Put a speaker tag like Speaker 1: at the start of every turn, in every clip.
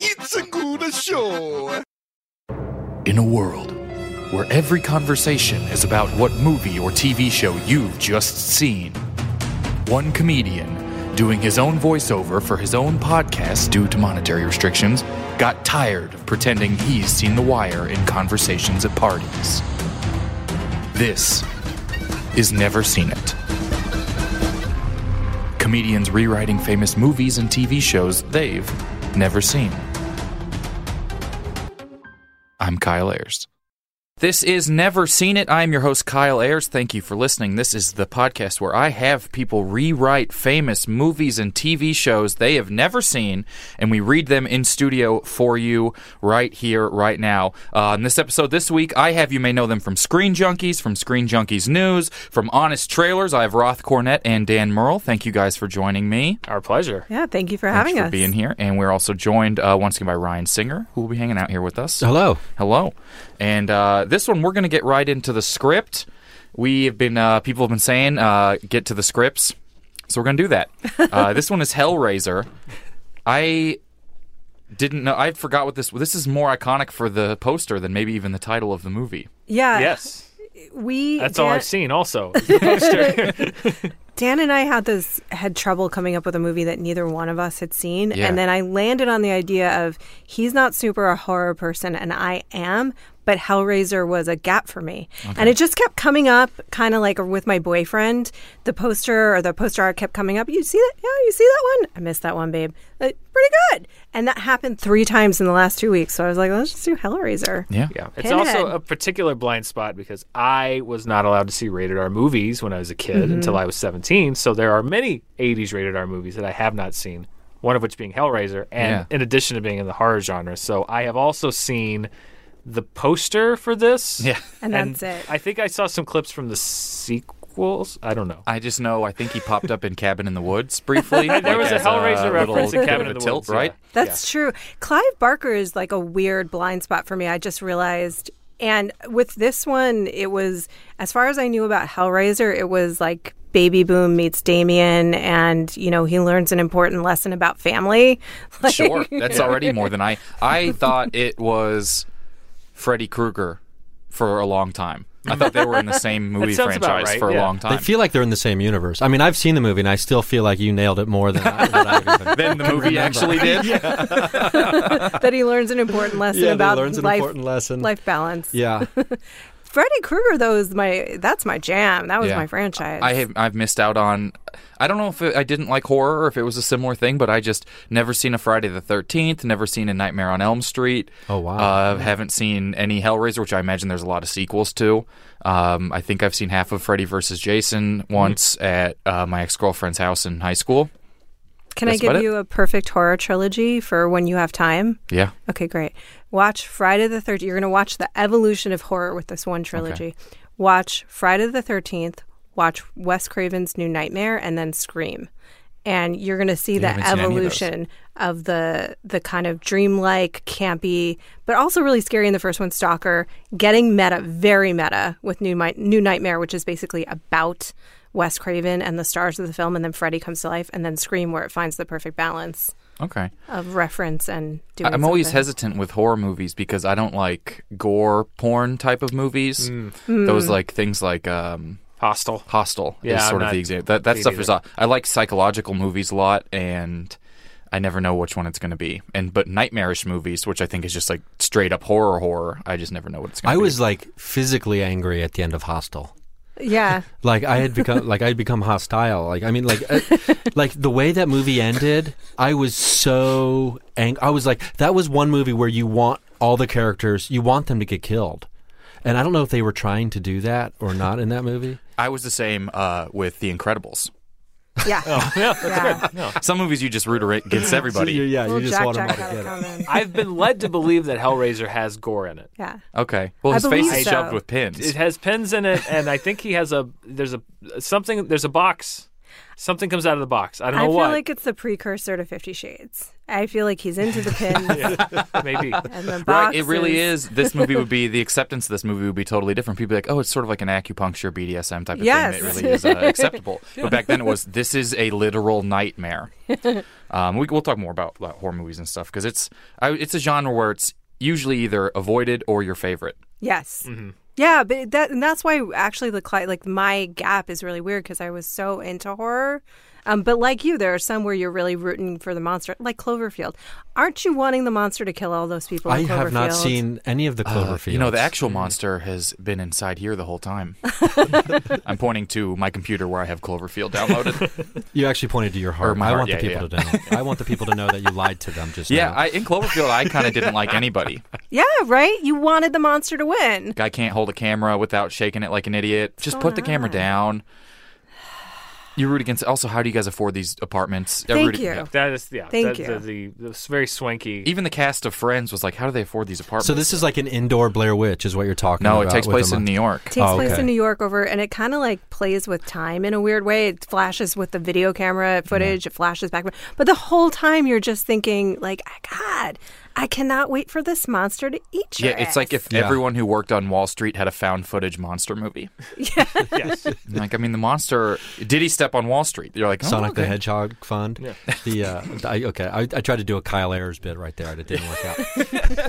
Speaker 1: It's a good show.
Speaker 2: In a world where every conversation is about what movie or TV show you've just seen, one comedian doing his own voiceover for his own podcast due to monetary restrictions got tired of pretending he's seen The Wire in conversations at parties. This is Never Seen It. Comedians rewriting famous movies and TV shows they've never seen. I'm Kyle Ayers. This is Never Seen It. I'm your host, Kyle Ayers. Thank you for listening. This is the podcast where I have people rewrite famous movies and TV shows they have never seen, and we read them in studio for you right here, right now. Uh, in this episode this week, I have you may know them from Screen Junkies, from Screen Junkies News, from Honest Trailers. I have Roth Cornett and Dan Merle. Thank you guys for joining me.
Speaker 3: Our pleasure.
Speaker 4: Yeah, thank you for
Speaker 2: Thanks
Speaker 4: having
Speaker 2: for
Speaker 4: us.
Speaker 2: being here. And we're also joined uh, once again by Ryan Singer, who will be hanging out here with us.
Speaker 5: Hello.
Speaker 2: Hello. And uh, this one, we're going to get right into the script. We have been, uh, people have been saying, uh, get to the scripts. So we're going to do that. Uh, this one is Hellraiser. I didn't know, I forgot what this, this is more iconic for the poster than maybe even the title of the movie.
Speaker 4: yeah,
Speaker 3: Yes.
Speaker 4: we.
Speaker 3: That's
Speaker 4: Dan,
Speaker 3: all I've seen also. The poster.
Speaker 4: Dan and I had this had trouble coming up with a movie that neither one of us had seen,
Speaker 2: Yeah.
Speaker 4: and then I landed on the idea of he's not super a horror person, and I am. But Hellraiser was a gap for me, and it just kept coming up, kind of like with my boyfriend. The poster or the poster art kept coming up. You see that? Yeah, you see that one? I missed that one, babe. Like, pretty good. And that happened three times in the last two weeks. So I was like, let's just do Hellraiser.
Speaker 2: Yeah.
Speaker 3: yeah. It's
Speaker 4: Pinhead.
Speaker 3: also a particular blind spot because I was not allowed to see rated R movies when I was a kid
Speaker 4: Mm-hmm.
Speaker 3: until I was 17. So there are many 80s rated R movies that I have not seen, one of which being Hellraiser, and
Speaker 2: Yeah.
Speaker 3: in addition to being in the horror genre. So I have also seen the poster for this.
Speaker 2: Yeah.
Speaker 4: And that's it.
Speaker 3: I think I saw some clips from the sequels. I don't know.
Speaker 2: I just know. I think he popped up in Cabin in the Woods briefly.
Speaker 3: There was a Hellraiser reference in Cabin in the
Speaker 2: uh, tilt,
Speaker 3: Woods, yeah.
Speaker 2: right?
Speaker 4: That's true. Clive Barker is like a weird blind spot for me. I just realized. And with this one, it was, as far as I knew about Hellraiser, it was like Baby Boom meets Damien, and, you know, he learns an important lesson about family. Like,
Speaker 2: Sure, that's already more than I. I thought it was Freddy Krueger for a long time. I thought they were in the same movie
Speaker 3: sounds about
Speaker 2: franchise
Speaker 3: right,
Speaker 2: for a
Speaker 3: yeah.
Speaker 2: long
Speaker 5: They
Speaker 2: time.
Speaker 5: feel like they're in the same universe. I mean, I've seen the movie, and I still feel like you nailed it more than I, than I would even.
Speaker 2: then the movie actually did.
Speaker 4: that he learns an important lesson
Speaker 5: Yeah, that he
Speaker 4: about
Speaker 5: learns an
Speaker 4: life,
Speaker 5: important lesson.
Speaker 4: life balance.
Speaker 5: Yeah,
Speaker 4: Freddy Krueger, though, is my, that's my jam. That was
Speaker 2: Yeah.
Speaker 4: my franchise.
Speaker 2: I have I've missed out on. I don't know if it, I didn't like horror or if it was a similar thing, but I just never seen a Friday the Thirteenth, never seen a Nightmare on Elm Street.
Speaker 5: Oh, wow.
Speaker 2: Uh, haven't seen any Hellraiser, which I imagine there's a lot of sequels to. Um, I think I've seen half of Freddy versus Jason once at uh, my ex girlfriend's house in high school.
Speaker 4: Can I
Speaker 2: that's about
Speaker 4: give
Speaker 2: it.
Speaker 4: you a perfect horror trilogy for when you have time?
Speaker 2: Yeah.
Speaker 4: Okay, great. Watch Friday the 13th. You're going to watch the evolution of horror with this one trilogy. Watch Friday the 13th, watch Wes Craven's New Nightmare, and then Scream. And you're going to see the
Speaker 2: haven't seen any of those.
Speaker 4: evolution of, the the kind of dreamlike, campy, but also really scary in the first one, Stalker, getting meta, very meta with New, Mi- New Nightmare, which is basically about Wes Craven and the stars of the film, and then Freddy comes to life, and then Scream, where it finds the perfect balance
Speaker 2: Okay.
Speaker 4: of reference and doing
Speaker 2: I'm always
Speaker 4: something.
Speaker 2: hesitant with horror movies because I don't like gore porn type of movies.
Speaker 3: Mm.
Speaker 4: Mm.
Speaker 2: Those like things like um,
Speaker 3: Hostile.
Speaker 2: Hostile
Speaker 3: Yeah,
Speaker 2: is
Speaker 3: I'm
Speaker 2: sort of
Speaker 3: not-
Speaker 2: the example. That that
Speaker 3: me
Speaker 2: stuff is.
Speaker 3: neither.
Speaker 2: I like psychological movies a lot, and I never know which one it's going to be. And but nightmarish movies, which I think is just like straight up horror horror, I just never know what it's going
Speaker 5: I
Speaker 2: to be.
Speaker 5: was like physically angry at the end of Hostel.
Speaker 4: Yeah.
Speaker 5: Like I had become, like I had become hostile. Like I mean, like, uh, like the way that movie ended, I was so angry. I was like, that was one movie where you want all the characters, you want them to get killed, and I don't know if they were trying to do that or not in that movie.
Speaker 2: I was the same uh, with The Incredibles.
Speaker 4: Yeah. yeah.
Speaker 2: Some movies you just root against everybody.
Speaker 5: yeah,
Speaker 4: Little
Speaker 5: you just
Speaker 4: Jack
Speaker 5: want 'em
Speaker 4: Jack
Speaker 5: all
Speaker 4: had a
Speaker 5: together.
Speaker 4: comment.
Speaker 3: I've been led to believe that Hellraiser has gore in it.
Speaker 4: Yeah.
Speaker 2: Okay. Well,
Speaker 4: I
Speaker 2: his face
Speaker 4: believe
Speaker 2: is
Speaker 4: so.
Speaker 2: shoved with pins.
Speaker 3: It has pins in it, and I think he has a there's a something there's a box. Something comes out of the box. I don't
Speaker 4: I
Speaker 3: know
Speaker 4: feel
Speaker 3: what.
Speaker 4: like it's the precursor to Fifty Shades. I feel like he's into the pins
Speaker 3: Maybe.
Speaker 4: and the boxes.
Speaker 2: Right, it really is. This movie would be the acceptance of this movie would be totally different. People be like, oh, it's sort of like an acupuncture BDSM type of
Speaker 4: Yes.
Speaker 2: thing that really is uh, acceptable. But back then it was this is a literal nightmare. um, we, we'll talk more about like, horror movies and stuff because it's I, it's a genre where it's usually either avoided or your favorite.
Speaker 4: Yes.
Speaker 2: Mm-hmm.
Speaker 4: Yeah, but that and that's why actually the cli- like my gap is really weird because I was so into horror. Um, but like you, there are some where you're really rooting for the monster, like Cloverfield. Aren't you wanting the monster to kill all those people?
Speaker 5: I
Speaker 4: in
Speaker 5: have not
Speaker 4: Cloverfield?
Speaker 5: seen any of the Cloverfield.
Speaker 2: Uh, You know, the actual monster has been inside here the whole time. I'm pointing to my computer where I have Cloverfield downloaded.
Speaker 5: You actually pointed to your heart.
Speaker 2: my
Speaker 5: I
Speaker 2: heart,
Speaker 5: want
Speaker 2: yeah,
Speaker 5: the people to know. I want the people to know that you lied to them just
Speaker 2: yeah,
Speaker 5: now.
Speaker 2: I, in Cloverfield, I kind of didn't like anybody.
Speaker 4: Yeah, right. You wanted the monster to win.
Speaker 2: guy can't hold a camera without shaking it like an idiot. Just put the camera down. You root against. Also, how do you guys afford these apartments? I
Speaker 4: Thank
Speaker 2: root-
Speaker 4: you.
Speaker 2: yeah.
Speaker 3: That is yeah.
Speaker 4: Thank
Speaker 3: that-
Speaker 4: you.
Speaker 3: The, the, the very swanky.
Speaker 2: Even the cast of Friends was like, how do they afford these apartments?
Speaker 5: So this is like an indoor Blair Witch, is what you're talking
Speaker 2: no,
Speaker 5: about.
Speaker 2: it takes
Speaker 5: with
Speaker 2: place
Speaker 5: the
Speaker 2: in New
Speaker 5: mon-
Speaker 2: York.
Speaker 4: Takes
Speaker 5: Oh,
Speaker 4: place
Speaker 5: okay.
Speaker 4: in New York over, and it kind of like plays with time in a weird way. It flashes with the video camera footage. It flashes back, but the whole time you're just thinking, like, God, I cannot wait for this monster to eat you.
Speaker 2: yeah, it's like if
Speaker 5: Yeah.
Speaker 2: everyone who worked on Wall Street had a found footage monster movie.
Speaker 3: yes.
Speaker 2: like, I mean, the monster did he step on Wall Street? You're like oh,
Speaker 5: Sonic the
Speaker 2: okay.
Speaker 5: Hedgehog Fund. The uh, I, okay, I, I tried to do a Kyle Ayers bit right there, and it didn't work out.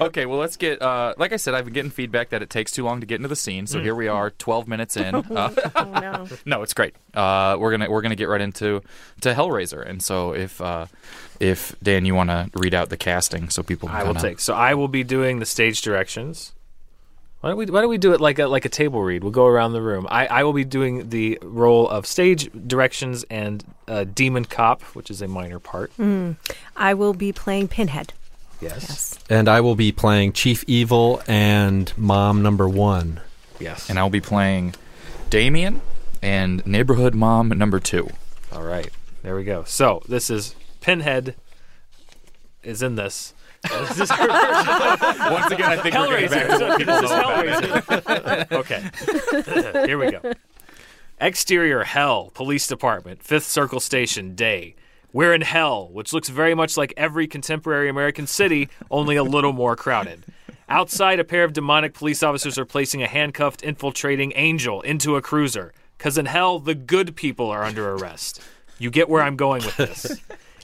Speaker 2: Okay, well, let's get. Uh, like I said, I've been getting feedback that it takes too long to get into the scene.
Speaker 5: Mm.
Speaker 2: So here we are, 12 minutes in. Uh,
Speaker 4: oh, no.
Speaker 2: No, it's great. Uh, we're gonna we're gonna get right into to Hellraiser, and so if uh, if Dan, you want to read out the casting so people can
Speaker 3: I will
Speaker 2: kinda-
Speaker 3: take. So I will be doing the stage directions. Why don't we Why don't we do it like a like a table read? We'll go around the room. I, I will be doing the role of stage directions and uh, demon cop, which is a minor part.
Speaker 4: Mm. I will be playing Pinhead.
Speaker 3: Yes.
Speaker 5: And I will be playing Chief Evil and Mom Number One.
Speaker 3: Yes.
Speaker 2: and I'll be playing Damien and neighborhood mom number two.
Speaker 3: All right. There we go. So this is Pinhead is in this. This is her version of
Speaker 2: Once again, I think we're
Speaker 3: Hellraiser.
Speaker 2: getting back to what people
Speaker 3: This is
Speaker 2: know about it.
Speaker 3: Hellraiser. okay. Here we go. Exterior Hell, Police Department, Fifth Circle Station, day. We're in hell, which looks very much like every contemporary American city, only a little more crowded. Outside, a pair of demonic police officers are placing a handcuffed, infiltrating angel into a cruiser. Because in hell, the good people are under arrest. You get where I'm going with this.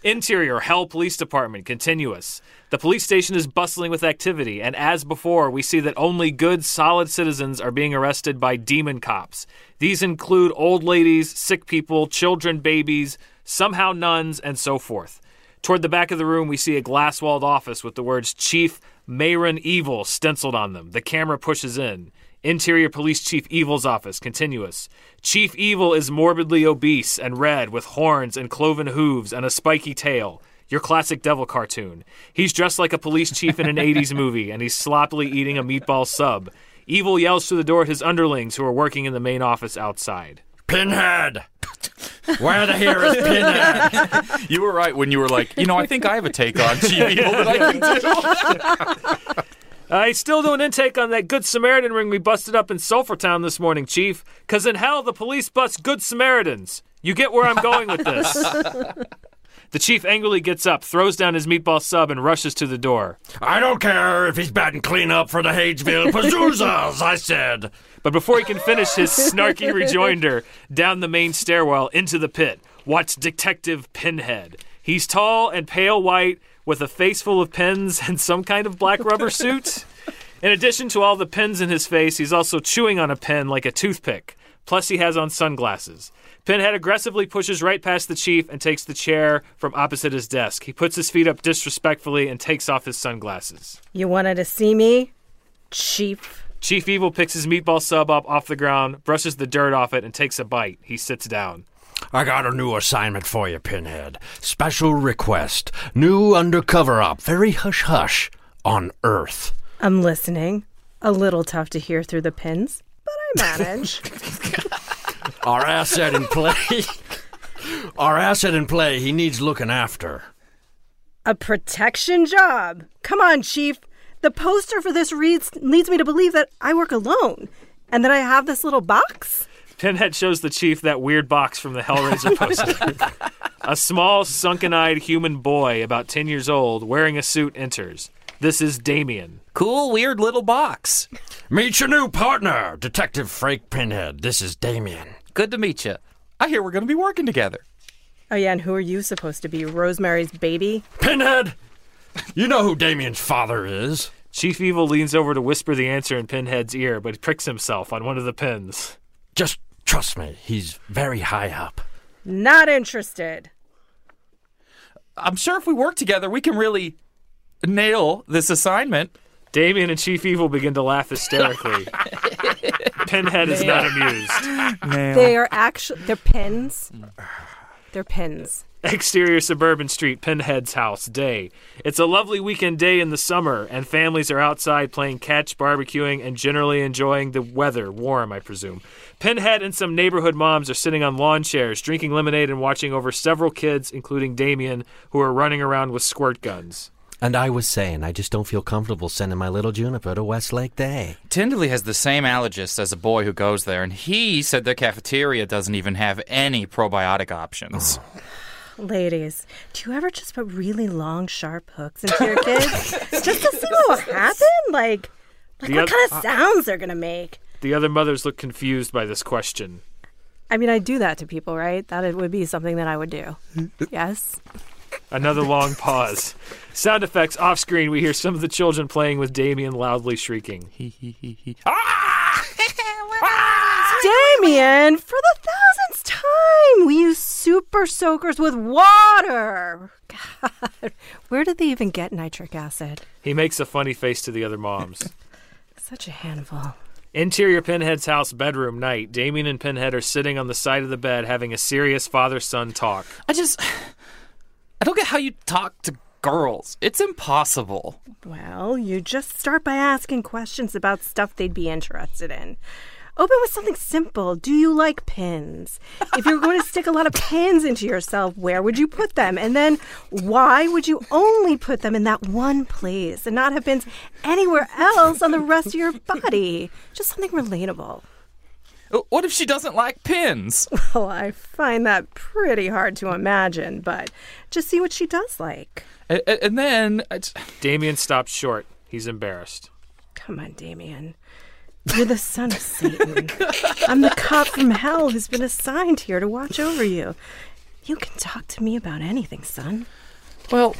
Speaker 3: Interior Hell Police Department, continuous. The police station is bustling with activity, and as before, we see that only good, solid citizens are being arrested by demon cops. These include old ladies, sick people, children, babies, somehow nuns, and so forth. Toward the back of the room, we see a glass walled office with the words Chief Mayron Evil stenciled on them. The camera pushes in. Interior Police Chief Evil's office, continuous. Chief Evil is morbidly obese and red with horns and cloven hooves and a spiky tail. Your classic devil cartoon. He's dressed like a police chief in an 80s movie and he's sloppily eating a meatball sub. Evil yells through the door at his underlings who are working in the main office outside.
Speaker 5: Pinhead. Where the here is Pinhead?
Speaker 2: You were right when you were like, you know, I think I have a take on TV. that I can do.
Speaker 3: I still do an intake on that Good Samaritan ring we busted up in Sulphurtown this morning, Chief. Cause in hell, the police bust Good Samaritans. You get where I'm going with this. the chief angrily gets up, throws down his meatball sub, and rushes to the door.
Speaker 5: I don't care if he's batting cleanup for the Hagesville Pazoozas, I said.
Speaker 3: But before he can finish his snarky rejoinder, down the main stairwell into the pit, watch Detective Pinhead. He's tall and pale white, with a face full of pins and some kind of black rubber suit. In addition to all the pins in his face, he's also chewing on a pin like a toothpick. Plus, he has on sunglasses. Pinhead aggressively pushes right past the chief and takes the chair from opposite his desk. He puts his feet up disrespectfully and takes off his sunglasses.
Speaker 4: You wanted to see me, Chief?
Speaker 3: Chief Evil picks his meatball sub up off the ground, brushes the dirt off it, and takes a bite. He sits down.
Speaker 5: I got a new assignment for you, Pinhead. Special request. New undercover op. Very hush hush. On Earth.
Speaker 4: I'm listening. A little tough to hear through the pins, but I manage.
Speaker 5: Our asset in play. Our asset in play, he needs looking after.
Speaker 4: A protection job. Come on, Chief. The poster for this reads, leads me to believe that I work alone and that I have this little box.
Speaker 3: Pinhead shows the chief that weird box from the Hellraiser poster. a small, sunken eyed human boy, about 10 years old, wearing a suit, enters. This is Damien.
Speaker 2: Cool, weird little box.
Speaker 5: Meet your new partner, Detective Frank Pinhead. This is Damien.
Speaker 2: Good to meet you. I hear we're going to be working together.
Speaker 4: Oh, yeah, and who are you supposed to be? Rosemary's baby?
Speaker 5: Pinhead! You know who Damien's father is.
Speaker 3: Chief Evil leans over to whisper the answer in Pinhead's ear, but he pricks himself on one of the pins.
Speaker 5: Just trust me, he's very high up.
Speaker 4: Not interested.
Speaker 2: I'm sure if we work together, we can really nail this assignment.
Speaker 3: Damien and Chief Evil begin to laugh hysterically. Pinhead is not amused.
Speaker 4: They are actually, they're pins. They're pins.
Speaker 3: Exterior suburban street, Pinhead's house, day. It's a lovely weekend day in the summer, and families are outside playing catch, barbecuing, and generally enjoying the weather, warm, I presume. Pinhead and some neighborhood moms are sitting on lawn chairs, drinking lemonade and watching over several kids, including Damien, who are running around with squirt guns.
Speaker 5: And I was saying, I just don't feel comfortable sending my little Juniper to Westlake Day.
Speaker 2: Tinderly has the same allergist as a boy who goes there, and he said their cafeteria doesn't even have any probiotic options.
Speaker 4: Ladies, do you ever just put really long, sharp hooks into your kids just to see what will happen? Like, like
Speaker 3: The
Speaker 4: what
Speaker 3: oth- uh,
Speaker 4: kind of sounds they're gonna make?
Speaker 3: The other mothers look confused by this question.
Speaker 4: I mean, I do that to people, right? That it would be something that I would do. Yes.
Speaker 3: Another long pause. Sound effects off screen. We hear some of the children playing with Damien loudly shrieking.
Speaker 4: Damien, for the thousandth time, we use super soakers with water. God, where did they even get nitric acid?
Speaker 3: He makes a funny face to the other moms.
Speaker 4: Such a handful.
Speaker 3: Interior Pinhead's house bedroom night. Damien and Pinhead are sitting on the side of the bed having a serious father son talk.
Speaker 2: I just. I don't get how you talk to girls. It's impossible.
Speaker 4: Well, you just start by asking questions about stuff they'd be interested in. Open with something simple. Do you like pins? If you're going to stick a lot of pins into yourself, where would you put them? And then why would you only put them in that one place and not have pins anywhere else on the rest of your body? Just something relatable.
Speaker 2: Uh, What if she doesn't like pins?
Speaker 4: Well, Oh, I find that pretty hard to imagine, but just see what she does like.
Speaker 2: A- a- and then. it's-
Speaker 3: Damien stops short. He's embarrassed.
Speaker 4: Come on, Damien. You're the son of Satan. I'm the cop from hell who's been assigned here to watch over you. You can talk to me about anything, son.
Speaker 2: Well,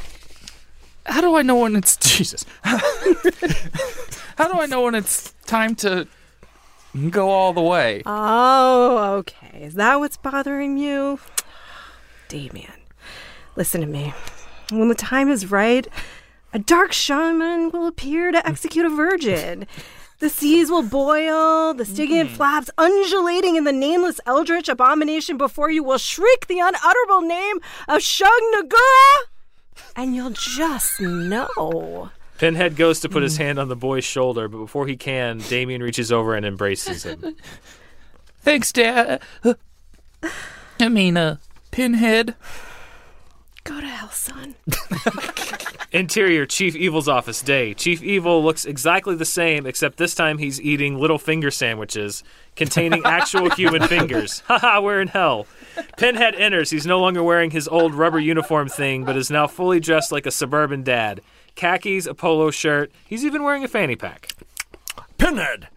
Speaker 2: how do I know when it's Jesus? how do I know when it's time to go all the way?
Speaker 4: Oh, okay. Is that what's bothering you? Damien, listen to me. When the time is right, a dark shaman will appear to execute a virgin. The seas will boil, the stygian flaps undulating in the nameless eldritch abomination before you will shriek the unutterable name of Shug Nagura, and you'll just know.
Speaker 3: Pinhead goes to put his hand on the boy's shoulder, but before he can, Damien reaches over and embraces him.
Speaker 2: Thanks, Dad. Uh, I mean, uh, Pinhead.
Speaker 4: Go to hell, son.
Speaker 3: Interior Chief Evil's office day. Chief Evil looks exactly the same, except this time he's eating little finger sandwiches containing actual human fingers. Haha, we're in hell. Pinhead enters. He's no longer wearing his old rubber uniform thing, but is now fully dressed like a suburban dad. Khakis, a polo shirt. He's even wearing a fanny pack.
Speaker 5: Pinhead,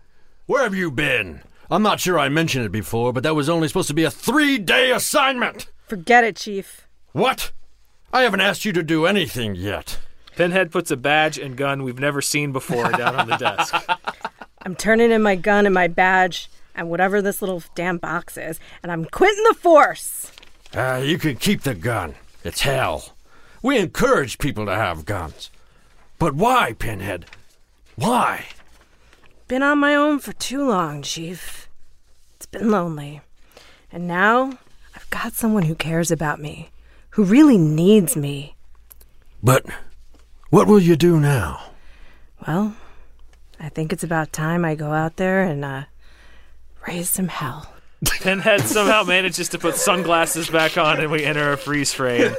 Speaker 5: where have you been? I'm not sure I mentioned it before, but that was only supposed to be a three day assignment.
Speaker 4: Forget it, Chief.
Speaker 5: What? I haven't asked you to do anything yet.
Speaker 3: Pinhead puts a badge and gun we've never seen before down on the desk.
Speaker 4: I'm turning in my gun and my badge and whatever this little damn box is, and I'm quitting the force.
Speaker 5: Uh, you can keep the gun. It's hell. We encourage people to have guns. But why, Pinhead? Why?
Speaker 4: Been on my own for too long, Chief. It's been lonely. And now I've got someone who cares about me, who really needs me.
Speaker 5: But what will you do now?
Speaker 4: Well, I think it's about time I go out there and uh, raise some hell.
Speaker 3: Pinhead somehow manages to put sunglasses back on, and we enter a freeze frame.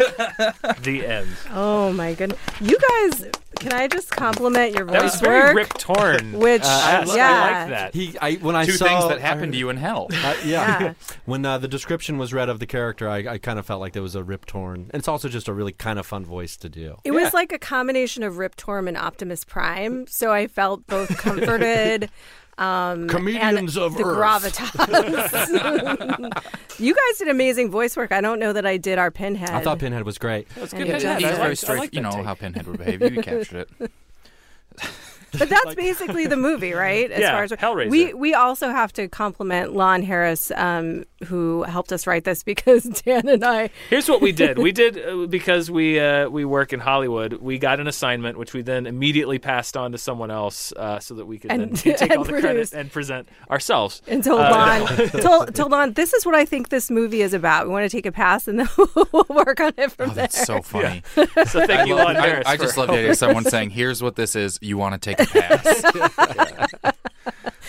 Speaker 3: the end.
Speaker 4: Oh my goodness. You guys, can I just compliment your voice
Speaker 3: That was very
Speaker 4: work?
Speaker 3: Rip Torn.
Speaker 4: Which,
Speaker 3: I, li- I
Speaker 4: yeah.
Speaker 3: like that.
Speaker 5: He, I, when I
Speaker 2: Two
Speaker 5: saw
Speaker 2: things that happened to you in hell.
Speaker 5: Uh, yeah.
Speaker 4: Yeah.
Speaker 5: when uh, the description was read of the character, I, I kind of felt like there was a rip torn, and it's also just a really kind of fun voice to do.
Speaker 4: It was like a combination of Rip Torm and Optimus Prime, so I felt both comforted um,
Speaker 5: Comedians
Speaker 4: and
Speaker 5: of
Speaker 4: the
Speaker 5: Earth.
Speaker 4: gravitas. you guys did amazing voice work. I don't know that I did our Pinhead.
Speaker 5: I thought Pinhead was great.
Speaker 4: That's
Speaker 3: good. Yeah,
Speaker 2: He's
Speaker 3: I
Speaker 2: very
Speaker 3: like-
Speaker 2: straight.
Speaker 3: I like
Speaker 2: you
Speaker 3: that
Speaker 2: know
Speaker 3: take.
Speaker 2: how Pinhead would behave. You captured it.
Speaker 4: But that's basically the movie, right? As
Speaker 3: Yeah,
Speaker 4: far as
Speaker 3: Hellraiser.
Speaker 4: we we also have to compliment Lon Harris, um, who helped us write this because Dan and I
Speaker 3: Here's what we did. We did uh, because we uh, we work in Hollywood. We got an assignment, which we then immediately passed on to someone else, uh, so that we could
Speaker 4: And-
Speaker 3: then take
Speaker 4: and
Speaker 3: all the
Speaker 4: produce.
Speaker 3: credit and present ourselves.
Speaker 4: and
Speaker 5: Uh,
Speaker 4: told Lon told, told Lon this is what I think this movie is about. We want to take a pass and then we'll work on it from
Speaker 2: Oh,
Speaker 4: there.
Speaker 2: that's so funny.
Speaker 3: So thank you, Lon
Speaker 2: I,
Speaker 3: Harris.
Speaker 2: I
Speaker 3: for-
Speaker 2: just love the idea of someone saying, "Here's what this is. You want to take a pass."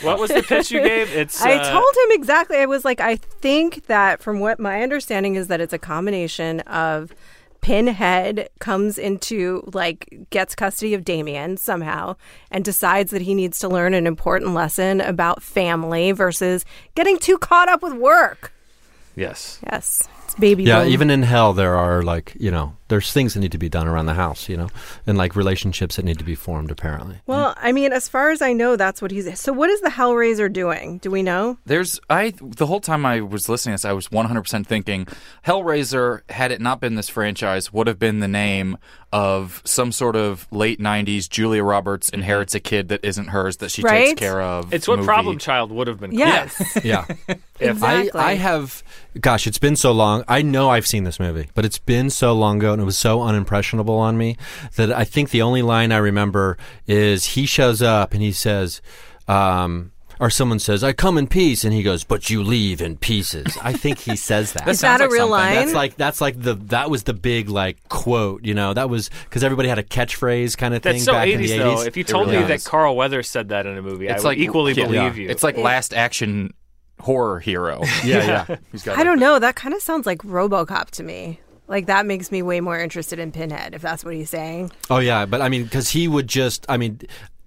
Speaker 3: What was the pitch you gave? It's
Speaker 4: I
Speaker 3: uh,
Speaker 4: told him exactly. I was like, I think that from what my understanding is that it's a combination of Pinhead comes into like gets custody of Damien somehow and decides that he needs to learn an important lesson about family versus getting too caught up with work.
Speaker 3: yes.
Speaker 4: Yes. It's baby.
Speaker 5: Yeah,
Speaker 4: boom.
Speaker 5: even in hell, there are like you know, there's things that need to be done around the house, you know, and like relationships that need to be formed. Apparently,
Speaker 4: Well, I mean, as far as I know, that's what he's. So, what is the Hellraiser doing? Do we know?
Speaker 2: There's I the whole time I was listening to this, I was 100% thinking Hellraiser had it not been this franchise would have been the name of some sort of late 90s Julia Roberts inherits a kid that isn't hers that she
Speaker 4: Right?
Speaker 2: takes care of.
Speaker 3: It's what
Speaker 2: movie.
Speaker 3: Problem Child would have been. called.
Speaker 4: Yes.
Speaker 5: yeah. I,
Speaker 4: exactly.
Speaker 5: I have, gosh, it's been so long. I know I've seen this movie, but it's been so long ago and it was so unimpressionable on me that I think the only line I remember is he shows up and he says, um, or someone says, I come in peace. And he goes, but you leave in pieces. I think he says that.
Speaker 4: Is that a real line?
Speaker 5: That's like that's like the that was the big like quote, you know. That was because everybody had a catchphrase kind of thing
Speaker 3: That's so
Speaker 5: back in the
Speaker 3: 80s, though. If you told
Speaker 2: really
Speaker 3: me
Speaker 2: is.
Speaker 3: that Carl Weathers said that in a movie, I
Speaker 2: It's
Speaker 3: would
Speaker 2: like
Speaker 3: equally
Speaker 2: yeah.
Speaker 3: believe you.
Speaker 2: It's like last action horror hero.
Speaker 5: yeah, yeah.
Speaker 2: He's got
Speaker 4: I don't know. That kind of sounds like RoboCop to me. Like that makes me way more interested in Pinhead if that's what he's saying.
Speaker 5: Oh yeah, but I mean, because he would just, I mean,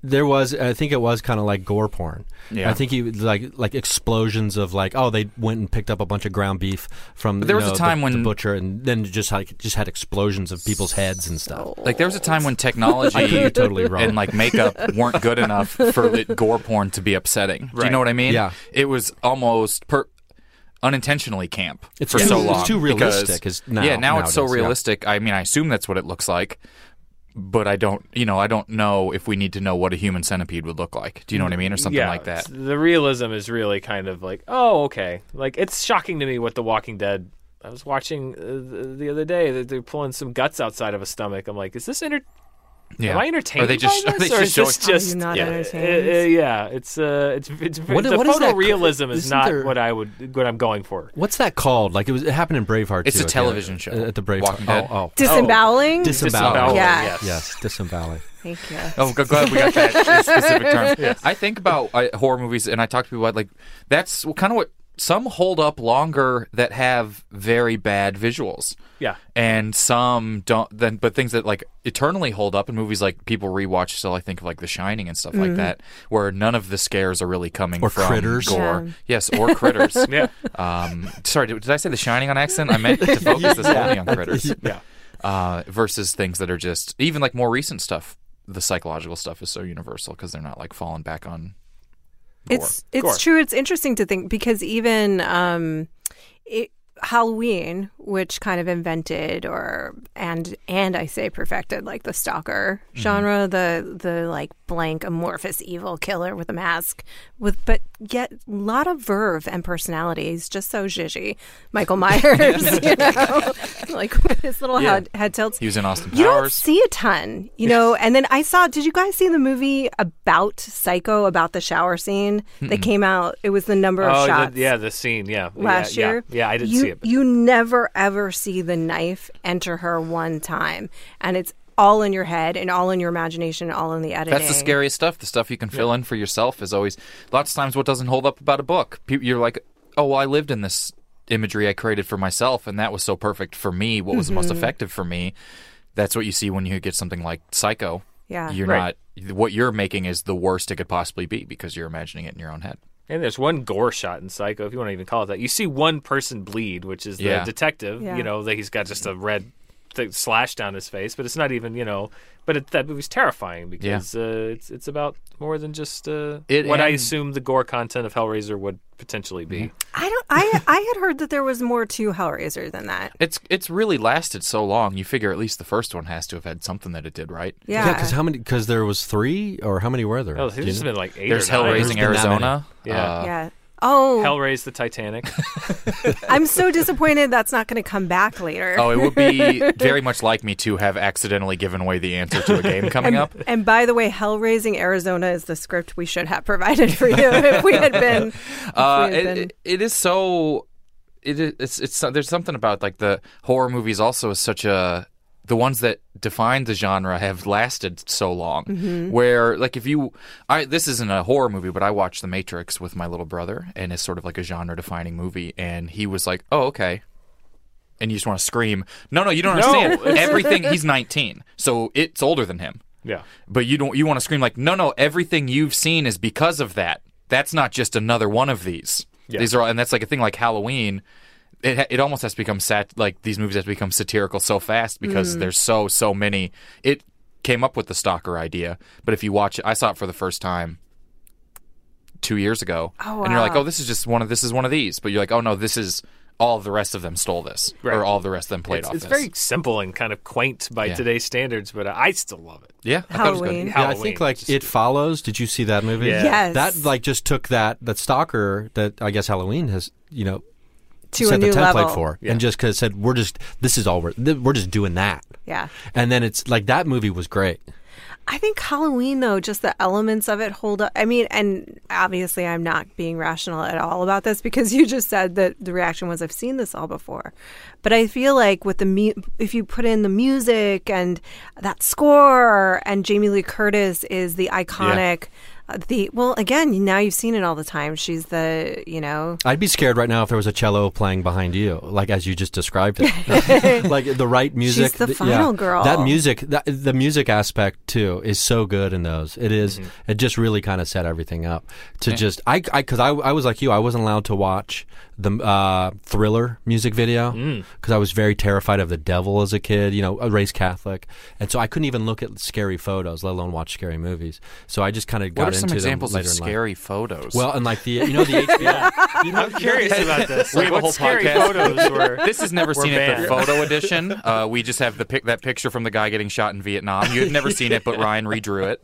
Speaker 5: there was, I think it was kind of like gore porn.
Speaker 2: Yeah.
Speaker 5: I think he would, like like explosions of like, oh, they went and picked up a bunch of ground beef from.
Speaker 2: there
Speaker 5: you
Speaker 2: was a
Speaker 5: know,
Speaker 2: time
Speaker 5: the,
Speaker 2: when-
Speaker 5: the butcher, and then just like just had explosions of people's heads and
Speaker 4: Oh.
Speaker 5: stuff.
Speaker 2: like there was a time when technology
Speaker 5: I could be totally wrong.
Speaker 2: and like makeup weren't good enough for the gore porn to be upsetting. Do you know what I mean?
Speaker 5: Yeah.
Speaker 2: It was almost per- unintentionally camp
Speaker 5: It's
Speaker 2: for
Speaker 5: too-
Speaker 2: so
Speaker 5: it's
Speaker 2: long.
Speaker 5: too
Speaker 2: because-
Speaker 5: realistic is now-
Speaker 2: yeah, now it's so
Speaker 5: nowadays, yeah.
Speaker 2: realistic. I mean, I assume that's what it looks like, but I don't. You know, I don't know if we need to know what a human centipede would look like. Do you know what I mean, or something
Speaker 3: yeah,
Speaker 2: like that?
Speaker 3: it's- The realism is really kind of like, oh, okay. Like it's shocking to me what The Walking Dead. I was watching uh, the- the other day that they're pulling some guts outside of a stomach. I'm like, is this enter?
Speaker 2: Yeah.
Speaker 3: Am I entertained?
Speaker 2: Are they just?
Speaker 3: by
Speaker 2: Are
Speaker 3: this,
Speaker 2: they
Speaker 3: or
Speaker 2: just
Speaker 3: is this
Speaker 2: showing-
Speaker 4: Are you
Speaker 3: just
Speaker 4: not
Speaker 3: yeah,
Speaker 4: entertained?
Speaker 3: uh, uh, yeah, it's uh, it's it's
Speaker 5: What-
Speaker 3: the
Speaker 5: what is that-
Speaker 3: photorealism is,
Speaker 5: isn't
Speaker 3: not
Speaker 5: there-
Speaker 3: what I would what I'm going for.
Speaker 5: What's that called? Like it was, it happened in Braveheart.
Speaker 2: It's a
Speaker 5: too, at the-
Speaker 2: television show.
Speaker 5: at the
Speaker 2: Walking
Speaker 5: Braveheart.
Speaker 2: Dead.
Speaker 5: Oh, oh.
Speaker 4: Disemboweling?
Speaker 5: Disembowel.
Speaker 3: Disembowel,
Speaker 4: Yeah.
Speaker 3: yes.
Speaker 5: Yes, disembowel.
Speaker 4: Thank you.
Speaker 2: Oh, g- glad we got that specific term. I think about uh, horror movies, and I talk to people about like that's kind of what some hold up longer that have very bad visuals.
Speaker 3: Yeah.
Speaker 2: and some don't. Then, but things that like eternally hold up in movies like people rewatch still. I think of like The Shining and stuff like that, where none of the scares are really coming
Speaker 5: Or
Speaker 2: from
Speaker 5: critters.
Speaker 2: gore. Yes, or critters.
Speaker 3: Yeah,
Speaker 2: Um, sorry, did, did I say The Shining on accident? I meant to focus this only on critters.
Speaker 3: yeah.
Speaker 2: Uh, versus things that are just even like more recent stuff. The psychological stuff is so universal because they're not like falling back on. Gore.
Speaker 4: It's it's
Speaker 3: Gore.
Speaker 4: true. It's interesting to think because even um, it, Halloween, which kind of invented or and and I say perfected like the stalker genre, the the like blank amorphous evil killer with a mask, with but yet a lot of verve and personality. He's just so zhuzhy, Michael Myers, you know, like with his little head, head tilts.
Speaker 2: He was in Austin
Speaker 4: You don't
Speaker 2: Powers.
Speaker 4: see a ton, you know. And then I saw. Did you guys see the movie about Psycho about the shower scene that came out? It was the number of
Speaker 3: Oh, the-
Speaker 4: shots.
Speaker 3: yeah, the scene. Yeah, Yeah,
Speaker 4: Last
Speaker 3: yeah,
Speaker 4: year,
Speaker 3: Yeah, I didn't
Speaker 4: you,
Speaker 3: see it. but-
Speaker 4: You never ever see the knife enter her one time, and it's all in your head and all in your imagination, all in the editing.
Speaker 2: That's the scariest stuff. The stuff you can fill in for yourself is always lots of times what doesn't hold up about a book. Pe- You're like, oh, well, I lived in this imagery I created for myself, and that was so perfect for me. What was the
Speaker 4: Mm-hmm.
Speaker 2: most effective for me? That's what you see when you get something like Psycho.
Speaker 4: Yeah.
Speaker 2: You're
Speaker 3: Right.
Speaker 2: not, what you're making is the worst it could possibly be because you're imagining it in your own head.
Speaker 3: And there's one gore shot in Psycho, if you want to even call it that. You see one person bleed, which is the
Speaker 2: Yeah.
Speaker 3: detective.
Speaker 4: Yeah.
Speaker 3: You know that he's got just a red th- slash down his face, but it's not even you know. But it, that movie's terrifying because uh, it's it's about more than just uh,
Speaker 2: It
Speaker 3: what I
Speaker 2: and-
Speaker 3: assume the gore content of Hellraiser would potentially be.
Speaker 4: I don't. I I had heard that there was more to Hellraiser than that.
Speaker 2: It's it's really lasted so long. You figure at least the first one has to have had something that it did right.
Speaker 4: Yeah.
Speaker 5: because how many? Because there was three, or how many were there?
Speaker 3: Oh,
Speaker 5: Do you
Speaker 3: there's
Speaker 5: know?
Speaker 3: been like eight.
Speaker 2: There's
Speaker 3: or nine.
Speaker 5: There's
Speaker 2: Hellraising
Speaker 5: been that many.
Speaker 2: Arizona.
Speaker 3: Yeah.
Speaker 2: Uh,
Speaker 4: yeah. Oh,
Speaker 3: Hellraise the Titanic.
Speaker 4: I'm so disappointed that's not going to come back later.
Speaker 2: Oh, it would be very much like me to have accidentally given away the answer to a game coming up.
Speaker 4: And by the way, Hellraising Arizona is the script we should have provided for you if we had been. if
Speaker 2: Uh,
Speaker 4: we had
Speaker 2: it,
Speaker 4: been-
Speaker 2: it- it is so. It is. It's, it's. so- There's something about like the horror movies. Also, is such a the ones that defined the genre have lasted so long. Where like if you, I this isn't a horror movie, but I watched The Matrix with my little brother, and it's sort of like a genre defining movie. And he was like, "Oh, okay." And you just want to scream, "No, no, you don't
Speaker 3: No,
Speaker 2: understand
Speaker 3: it's-
Speaker 2: everything." He's 19, so it's older than him
Speaker 3: yeah.
Speaker 2: but you don't you want to scream like no no everything you've seen is because of that that's not just another one of these
Speaker 3: Yeah.
Speaker 2: these are all and that's like a thing like halloween it, ha- it almost has to become sat like these movies have to become satirical so fast
Speaker 4: Mm.
Speaker 2: because there's so so many it came up with the stalker idea but if you watch it i saw it for the first time two years ago
Speaker 4: Oh,
Speaker 2: and you're like
Speaker 4: wow.
Speaker 2: oh this is just one of this is one of these but you're like oh no this is all the rest of them stole this
Speaker 3: Right.
Speaker 2: or all the rest of them played
Speaker 3: It's,
Speaker 2: off
Speaker 3: it's
Speaker 2: this
Speaker 3: very simple and kind of quaint by
Speaker 2: Yeah.
Speaker 3: today's standards, but I still love it.
Speaker 2: yeah I thought it was good.
Speaker 4: Halloween.
Speaker 5: Yeah, I
Speaker 3: Halloween,
Speaker 5: think like
Speaker 3: just-
Speaker 5: it follows. Did you see that movie?
Speaker 3: Yeah.
Speaker 4: Yes.
Speaker 5: That like just took that that stalker that I guess Halloween has you know
Speaker 4: to
Speaker 5: set
Speaker 4: a new
Speaker 5: the template
Speaker 4: level.
Speaker 5: for,
Speaker 3: Yeah.
Speaker 5: and just cause said we're just this is all we're th- we're just doing that.
Speaker 4: Yeah.
Speaker 5: And then it's like that movie was great.
Speaker 4: I think Halloween, though, just the elements of it hold up. I mean, and obviously, I'm not being rational at all about this because you just said that the reaction was, I've seen this all before. But I feel like with the, mu- if you put in the music and that score, and Jamie Lee Curtis is the iconic, uh, the, well, again, now you've seen it all the time. She's the, you know,
Speaker 5: I'd be scared right now if there was a cello playing behind you, like as you just described it. like the right music.
Speaker 4: the
Speaker 5: th-
Speaker 4: final girl.
Speaker 5: That music, that, the music aspect too, is so good in those. It is-
Speaker 2: Mm-hmm.
Speaker 5: It just really kind of set everything up to just. I because I, I was like you. I wasn't allowed to watch the uh, thriller music video
Speaker 2: Mm.
Speaker 5: because I was very terrified of the devil as a kid. You know, raised Catholic, and so I couldn't even look at scary photos, let alone watch scary movies. So I just kind of got
Speaker 2: what are some
Speaker 5: into
Speaker 2: examples
Speaker 5: them
Speaker 2: of
Speaker 5: later in life.
Speaker 2: scary photos
Speaker 5: Well, and like the you know the HBO. you know-
Speaker 3: I'm curious about this.
Speaker 2: We have a
Speaker 3: What
Speaker 2: whole
Speaker 3: scary
Speaker 2: podcast.
Speaker 3: photos were.
Speaker 2: This is never
Speaker 3: We're
Speaker 2: seen at the
Speaker 3: banned.
Speaker 2: photo edition. Uh, we just have the pic- that picture from the guy getting shot in Vietnam. You've never seen it, but Ryan redrew it.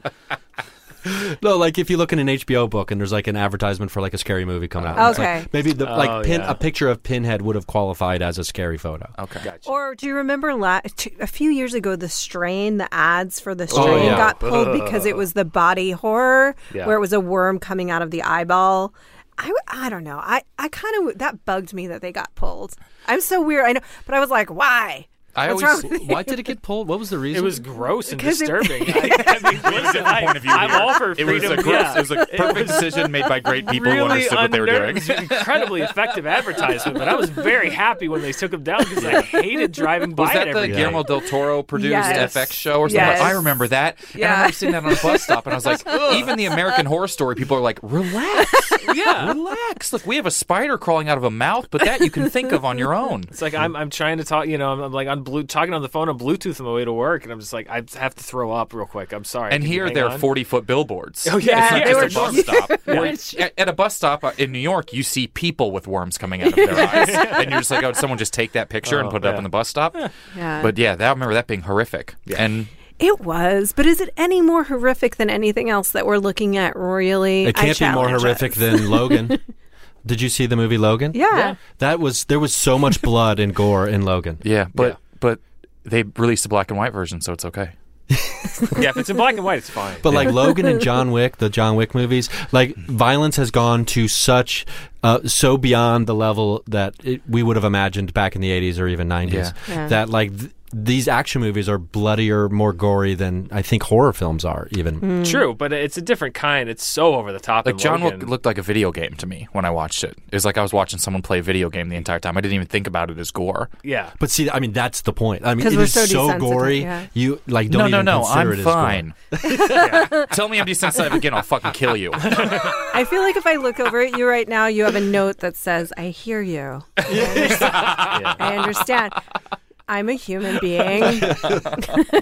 Speaker 5: No, like if you look in an HBO book and there's like an advertisement for like a scary movie coming out. it's
Speaker 4: Okay.
Speaker 5: like maybe the like pin,
Speaker 3: yeah.
Speaker 5: a picture of Pinhead would have qualified as a scary photo.
Speaker 2: Okay.
Speaker 4: Or do you remember la- t- a few years ago the strain, the ads for the strain
Speaker 5: Oh, yeah.
Speaker 4: got pulled because it was the body horror
Speaker 3: Yeah.
Speaker 4: where it was a worm coming out of the eyeball. I, w- I don't know. I, I kind of that bugged me that they got pulled. I'm so weird. I know, but I was like, why?
Speaker 2: I
Speaker 4: What's
Speaker 2: always-
Speaker 4: wrong with
Speaker 5: Why did it get pulled? What was the reason?
Speaker 3: It was gross and
Speaker 4: 'Cause it-
Speaker 3: disturbing. I, I mean, listen, I, I'm all for
Speaker 2: It
Speaker 3: freedom.
Speaker 2: was a gross,
Speaker 3: yeah.
Speaker 2: it was a perfect decision made by great people
Speaker 3: really
Speaker 2: who understood what they were
Speaker 3: unnerving.
Speaker 2: doing.
Speaker 3: It was an incredibly effective advertisement, but I was very happy when they took him down because I hated driving by
Speaker 2: Was that
Speaker 3: it
Speaker 2: the
Speaker 3: every day.
Speaker 2: Guillermo del Toro produced
Speaker 4: Yes.
Speaker 2: FX show or something?
Speaker 4: Yes.
Speaker 2: I remember that. And I
Speaker 4: Yeah.
Speaker 2: remember seeing that on a bus stop, and I was like, even the American Horror Story people are like, relax,
Speaker 3: Yeah.
Speaker 2: relax. Look, we have a spider crawling out of a mouth, but that you can think of on your own.
Speaker 3: It's like I'm, I'm trying to talk, you know, I'm, I'm like on blue, talking on the phone on Bluetooth on my way to work, and I'm just like, I have to throw up real quick. I'm sorry.
Speaker 2: And
Speaker 3: Can you
Speaker 2: here
Speaker 3: hang
Speaker 2: there are
Speaker 3: on?
Speaker 2: 40 foot billboards. Oh,
Speaker 3: yeah,
Speaker 4: Yeah, they
Speaker 2: It's not
Speaker 4: were-
Speaker 2: just a bus stop. Where at- at a bus stop uh, in New York, you see people with worms coming out of their eyes. And you're just like, oh, did someone just take that picture and
Speaker 3: Oh,
Speaker 2: put it up
Speaker 3: yeah.
Speaker 2: on the bus stop?
Speaker 4: Yeah.
Speaker 2: But yeah, that, I remember that being horrific. And
Speaker 4: It was, but is it any more horrific than anything else that we're looking at? Really,
Speaker 5: It
Speaker 4: I
Speaker 5: can't be more
Speaker 4: challenge us.
Speaker 5: horrific than Logan. Did you see the movie Logan?
Speaker 4: Yeah. Yeah.
Speaker 5: That was there was so much blood and gore in Logan.
Speaker 2: yeah, but but they released a black and white version, so it's okay.
Speaker 3: Yeah, if it's in black and white, it's fine.
Speaker 5: But like Logan and John Wick, the John Wick movies, like violence has gone to such uh, so beyond the level that it, we would have imagined back in the 80s or even 90s
Speaker 2: Yeah.
Speaker 4: Yeah.
Speaker 5: that like th- these action movies are bloodier, more gory than I think horror films are. Even
Speaker 4: Mm.
Speaker 3: True, but it's a different kind. It's so over the top.
Speaker 2: Hmm. Like
Speaker 3: in
Speaker 2: John Wick
Speaker 3: Logan.
Speaker 2: looked like a video game to me when I watched it. It was like I was watching someone play a video game the entire time. I didn't even think about it as gore.
Speaker 3: yeah.
Speaker 5: But see, I mean, that's the point. I mean,
Speaker 4: 'Cause
Speaker 5: it
Speaker 4: we're
Speaker 5: is
Speaker 4: so
Speaker 5: so
Speaker 4: desensitive,
Speaker 5: gory.
Speaker 4: yeah.
Speaker 5: You like don't
Speaker 2: no,
Speaker 5: even
Speaker 2: no, no.
Speaker 5: consider
Speaker 2: I'm
Speaker 5: it as gore.
Speaker 2: fine. Tell me I'm desensitive again. I'll fucking kill you.
Speaker 4: I feel like if I look over at you right now, you have a note that says, I hear you. I understand. I understand. I'm a human being.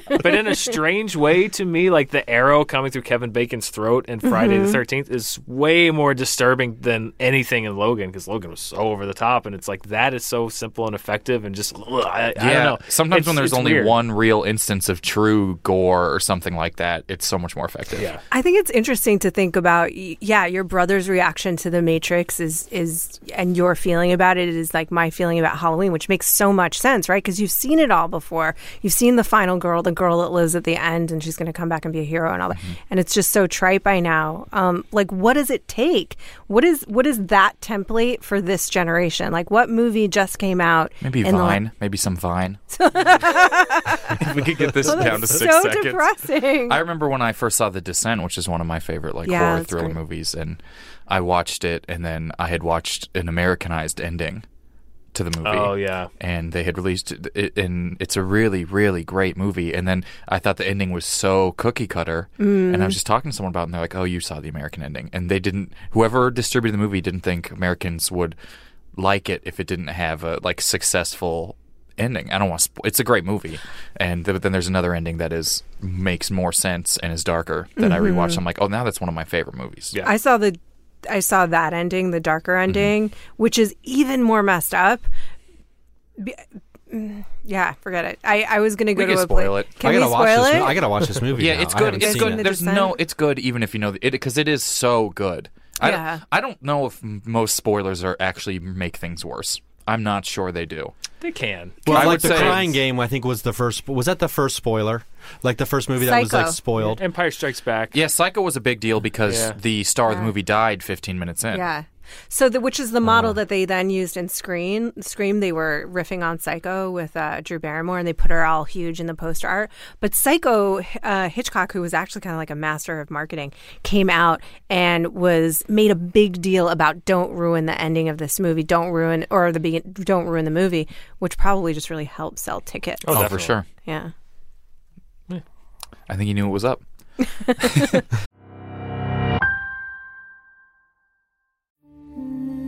Speaker 3: but in a strange way to me, like the arrow coming through Kevin Bacon's throat in Friday the Thirteenth is way more disturbing than anything in Logan because Logan was so over the top, and it's like that is so simple and effective, and just ugh, I, I don't know.
Speaker 2: Sometimes
Speaker 3: It's-
Speaker 2: when there's
Speaker 3: it's
Speaker 2: only
Speaker 3: weird.
Speaker 2: one real instance of true gore or something like that, it's so much more effective.
Speaker 3: Yeah.
Speaker 4: I think it's interesting to think about. y- Yeah, your brother's reaction to the Matrix is is, and your feeling about it is like my feeling about Halloween, which makes so much sense, right? Because you've seen it all before. You've seen the final girl, the girl that lives at the end, and she's going to come back and be a hero and all that.
Speaker 2: Mm-hmm.
Speaker 4: And it's just so trite by now. Um, like, what does it take? What is what is that template for this generation? Like, what movie just came out?
Speaker 2: Maybe
Speaker 4: in the la-
Speaker 2: Vine. Maybe some Vine. if we could get this down to
Speaker 4: Oh, That's
Speaker 2: six
Speaker 4: so
Speaker 2: seconds.
Speaker 4: depressing.
Speaker 2: I remember when I first saw The Descent, which is one of my favorite like
Speaker 4: Yeah,
Speaker 2: horror
Speaker 4: that's
Speaker 2: thriller
Speaker 4: great.
Speaker 2: movies, and I watched it, and then I had watched an Americanized ending to the movie.
Speaker 3: Oh yeah.
Speaker 2: and they had released it- it, and it's a really really great movie and then i thought the ending was so cookie cutter and i was just talking to someone about it and they're like oh you saw the american ending and they didn't whoever distributed the movie didn't think americans would like it if it didn't have a like successful ending i don't want to spo- it's a great movie and th- but then there's another ending that is makes more sense and is darker that i rewatched i'm like oh now that's one of my favorite movies
Speaker 3: Yeah.
Speaker 4: I saw the I saw that ending, the darker ending, which is even more messed up. Be- mm, Yeah, forget it. I, I was gonna go
Speaker 2: We
Speaker 4: to
Speaker 2: can
Speaker 4: a pla-
Speaker 2: spoil it.
Speaker 4: Can
Speaker 5: I
Speaker 4: we
Speaker 5: gotta watch
Speaker 4: spoil
Speaker 5: this.
Speaker 4: it?
Speaker 5: mo- I gotta watch this movie.
Speaker 2: Yeah,
Speaker 5: now.
Speaker 2: it's
Speaker 5: I
Speaker 2: good.
Speaker 5: haven't
Speaker 2: It's
Speaker 5: seen
Speaker 2: good.
Speaker 5: it.
Speaker 4: The
Speaker 2: There's no.
Speaker 4: Descent.
Speaker 2: It's good even if you know it because it is so good. I
Speaker 4: Yeah.
Speaker 2: don't, I don't know if m- most spoilers are actually make things worse. I'm not sure they do.
Speaker 3: They can.
Speaker 5: Well,
Speaker 2: I would
Speaker 5: like the
Speaker 2: say-
Speaker 5: crying game, I think was the first. Was that the first spoiler? Like the first movie that was like
Speaker 4: Psycho.
Speaker 5: spoiled.
Speaker 3: Empire Strikes Back.
Speaker 2: Yeah, Psycho was a big deal because
Speaker 3: Yeah.
Speaker 2: the star of the movie died 15 minutes in.
Speaker 4: yeah. So the which is the
Speaker 2: Oh.
Speaker 4: model that they then used in Screen Scream. They were riffing on Psycho with uh, Drew Barrymore, and they put her all huge in the poster art. But Psycho uh, Hitchcock, who was actually kind of like a master of marketing, came out and was made a big deal about don't ruin the ending of this movie, don't ruin or the begin, don't ruin the movie, which probably just really helped sell tickets.
Speaker 2: Oh, for sure.
Speaker 4: Yeah.
Speaker 2: I think he knew it was up.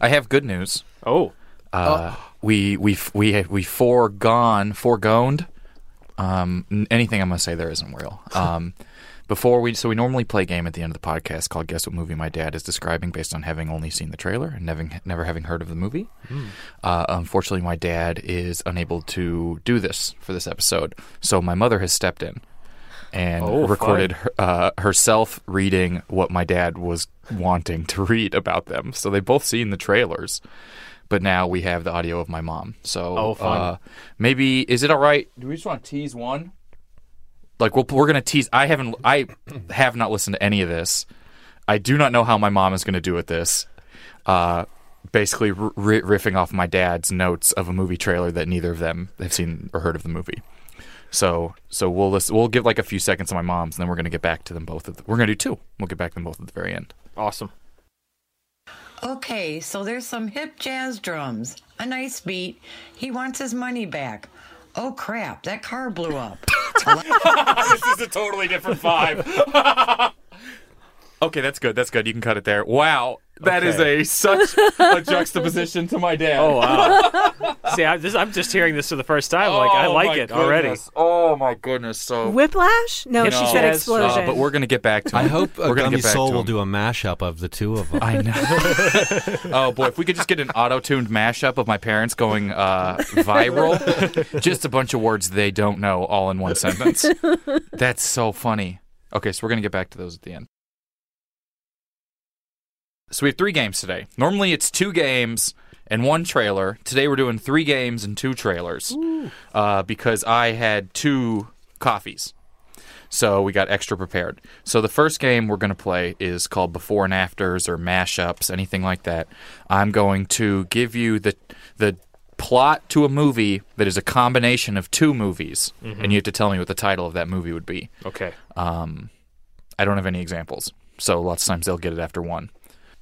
Speaker 2: I have good news.
Speaker 3: Oh.
Speaker 2: Uh, We we f- we we foregone foregoned. Um, n- anything I'm gonna say there isn't real. Um, before we so we normally play a game at the end of the podcast called Guess What Movie My Dad Is Describing, based on having only seen the trailer and never never having heard of the movie.
Speaker 3: Hmm.
Speaker 2: Uh, unfortunately, my dad is unable to do this for this episode, so my mother has stepped in and
Speaker 3: Oh,
Speaker 2: recorded her, uh, herself reading what my dad was wanting to read about them. So they both seen the trailers, but now we have the audio of my mom. So
Speaker 3: Oh, fun.
Speaker 2: Uh, maybe is it all right? Do we just want to tease one? Like we'll, we're gonna tease. I haven't. I have not listened to any of this. I do not know how my mom is gonna do with this. Uh, basically, r- ri riffing off my dad's notes of a movie trailer that neither of them have seen or heard of the movie. So so we'll listen, we'll give like a few seconds to my mom's, and then we're gonna get back to them both. At the, we're gonna do two. We'll get back to them both at the very end.
Speaker 3: Awesome.
Speaker 6: Okay, so there's some hip jazz drums. A nice beat. He wants his money back. Oh crap, that car blew up.
Speaker 2: this is a totally different vibe. okay, that's good. That's good. You can cut it there. Wow.
Speaker 7: That is
Speaker 5: Okay.
Speaker 7: a such a juxtaposition to my dad.
Speaker 3: Oh wow! See, I, this, I'm just hearing this for the first time. Like I
Speaker 7: Oh,
Speaker 3: like
Speaker 7: my
Speaker 3: it already.
Speaker 7: goodness. Oh my goodness! So
Speaker 4: Whiplash? No, she said
Speaker 3: Yes.
Speaker 4: explosion.
Speaker 2: Uh, but we're going to get back to
Speaker 5: I
Speaker 2: him.
Speaker 5: hope
Speaker 2: we're
Speaker 5: a
Speaker 2: going to
Speaker 5: Gummy
Speaker 2: get back
Speaker 5: Soul
Speaker 2: to
Speaker 5: will
Speaker 2: him.
Speaker 5: do a mashup of the two of them.
Speaker 2: I know. oh boy, if we could just get an auto-tuned mashup of my parents going uh, viral, just a bunch of words they don't know all in one sentence. That's so funny. Okay, so we're gonna get back to those at the end. So we have three games today. Normally it's two games and one trailer. Today we're doing three games and two trailers uh, because I had two coffees. So we got extra prepared. So the first game we're going to play is called before and afters or mashups, anything like that. I'm going to give you the the plot to a movie that is a combination of two movies, and you have to tell me what the title of that movie would be.
Speaker 3: Okay.
Speaker 2: I don't have any examples, so lots of times they'll get it after one.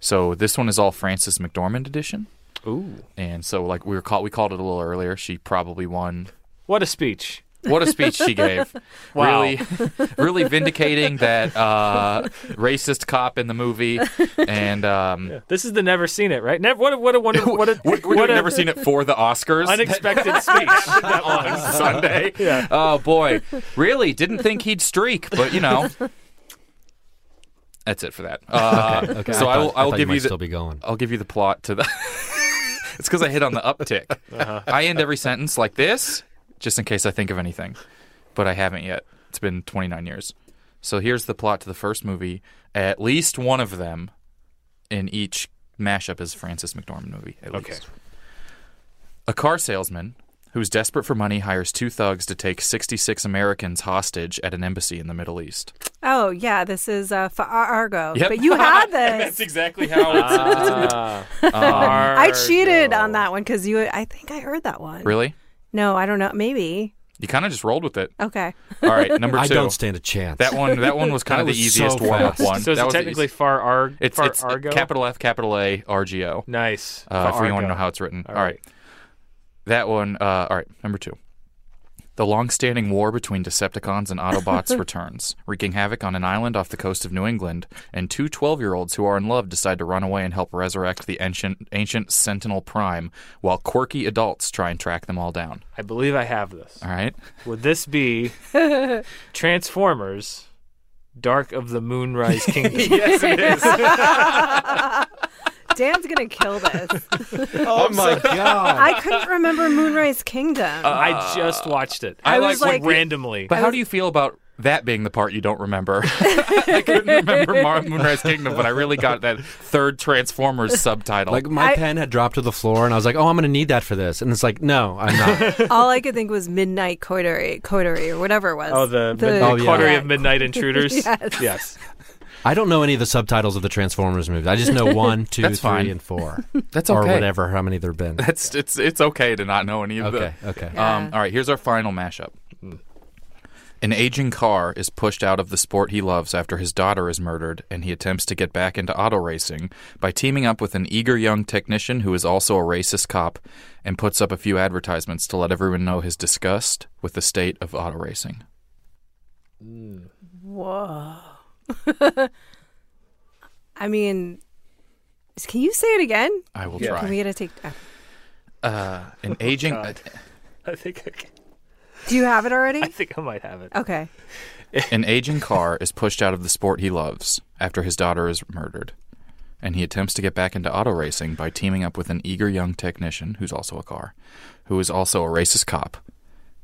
Speaker 2: So this one is all Frances McDormand edition,
Speaker 3: Ooh,
Speaker 2: and so like we were called, we called it a little earlier. She probably won
Speaker 3: what a speech!
Speaker 2: What a speech she gave.
Speaker 3: Wow.
Speaker 2: Really, really vindicating that uh, racist cop in the movie. And um,
Speaker 3: This is the never seen it, right? Never. What a what a wonderful what a
Speaker 2: we, we've
Speaker 3: what a
Speaker 2: never seen it for the Oscars.
Speaker 3: unexpected speech.
Speaker 2: That on Sunday. Oh, boy. Really, didn't think he'd streak, but you know. That's it for that. Uh,
Speaker 5: Okay,
Speaker 2: So I, will,
Speaker 5: thought-
Speaker 2: I will
Speaker 5: thought
Speaker 2: give
Speaker 5: might
Speaker 2: you the,
Speaker 5: still be going.
Speaker 2: I'll give you the plot to the. it's because I hit on the uptick.
Speaker 5: Uh-huh.
Speaker 2: I end every sentence like this, just in case I think of anything, but I haven't yet. It's been 29 years. So here's the plot to the first movie. At least one of them in each mashup is a Francis McDormand movie. At
Speaker 3: Okay.
Speaker 2: least. A car salesman who's desperate for money hires two thugs to take 66 Americans hostage at an embassy in the Middle East.
Speaker 4: oh, yeah, this is uh, for Ar- Argo.
Speaker 2: Yep.
Speaker 4: But you had this.
Speaker 2: exactly how it's.
Speaker 5: Ah.
Speaker 2: Um,
Speaker 4: I cheated on that one because you. I think I heard that one.
Speaker 2: really?
Speaker 4: No, I don't know. Maybe.
Speaker 2: You kind of just rolled with it.
Speaker 4: Okay.
Speaker 2: All right, number two.
Speaker 5: I don't stand a chance.
Speaker 2: That one. That one was kind
Speaker 5: That
Speaker 2: of the
Speaker 5: was
Speaker 2: easiest
Speaker 5: so
Speaker 2: warm up
Speaker 5: fast.
Speaker 2: one.
Speaker 3: So is
Speaker 2: that
Speaker 3: it
Speaker 2: was the
Speaker 3: technically
Speaker 2: eas-
Speaker 3: far arg?
Speaker 2: it's,
Speaker 3: far
Speaker 2: it's
Speaker 3: Argo?
Speaker 2: capital F, capital A, R G O.
Speaker 3: Nice.
Speaker 2: Uh,
Speaker 3: Far
Speaker 2: if you want to
Speaker 3: Argo.
Speaker 2: know how it's written.
Speaker 3: All
Speaker 2: All right. That one. Uh, all right. Number two. The long-standing war between Decepticons and Autobots returns, wreaking havoc on an island off the coast of New England. And two 12-year-olds who are in love decide to run away and help resurrect the ancient, ancient Sentinel Prime, while quirky adults try and track them all down.
Speaker 3: I believe I have this.
Speaker 2: All right.
Speaker 3: Would this be Transformers: Dark of the Moonrise Kingdom?
Speaker 2: yes, it is.
Speaker 4: Dan's gonna kill this.
Speaker 5: Oh my god!
Speaker 4: I couldn't remember Moonrise Kingdom.
Speaker 3: I just watched it.
Speaker 2: I
Speaker 3: I
Speaker 2: was
Speaker 3: like,
Speaker 4: like-
Speaker 3: randomly.
Speaker 2: But how do you feel about that being the part you don't remember? I couldn't remember Mar- Moonrise Kingdom, but I really got that third Transformers subtitle.
Speaker 5: Like my
Speaker 4: I-
Speaker 5: pen had dropped to the floor, and I was like, "Oh, I'm going to need that for this." And it's like, "No, I'm not."
Speaker 4: All I could think was Midnight Coterie, Coterie, or whatever it was.
Speaker 3: Oh, the,
Speaker 5: Oh,
Speaker 3: midnight
Speaker 5: yeah.
Speaker 3: Coterie
Speaker 4: Yeah.
Speaker 3: of Midnight Intruders.
Speaker 4: Yes.
Speaker 3: yes.
Speaker 5: I don't know any of the subtitles of the Transformers movies. I just know one, two, three,
Speaker 2: That's fine.
Speaker 5: and four,
Speaker 2: That's
Speaker 5: or
Speaker 2: okay.
Speaker 5: whatever, how many there've been.
Speaker 2: That's it's it's okay to not know any of
Speaker 5: Okay,
Speaker 2: the.
Speaker 5: okay. Hmm.
Speaker 2: Um, all right, here's our final mashup. An aging car is pushed out of the sport he loves after his daughter is murdered, and he attempts to get back into auto racing by teaming up with an eager young technician who is also a racist cop and puts up a few advertisements to let everyone know his disgust with the state of auto racing.
Speaker 4: Whoa. I mean, s- can you say it again?
Speaker 2: I will
Speaker 4: Can we
Speaker 2: try.
Speaker 4: get a take? uh,
Speaker 2: Uh, an aging. uh,
Speaker 3: I think I, can-
Speaker 4: do you have it already?
Speaker 3: I think I might have it.
Speaker 4: Okay.
Speaker 2: An aging car is pushed out of the sport he loves after his daughter is murdered, and he attempts to get back into auto racing by teaming up with an eager young technician who's also a car, who is also a racist cop,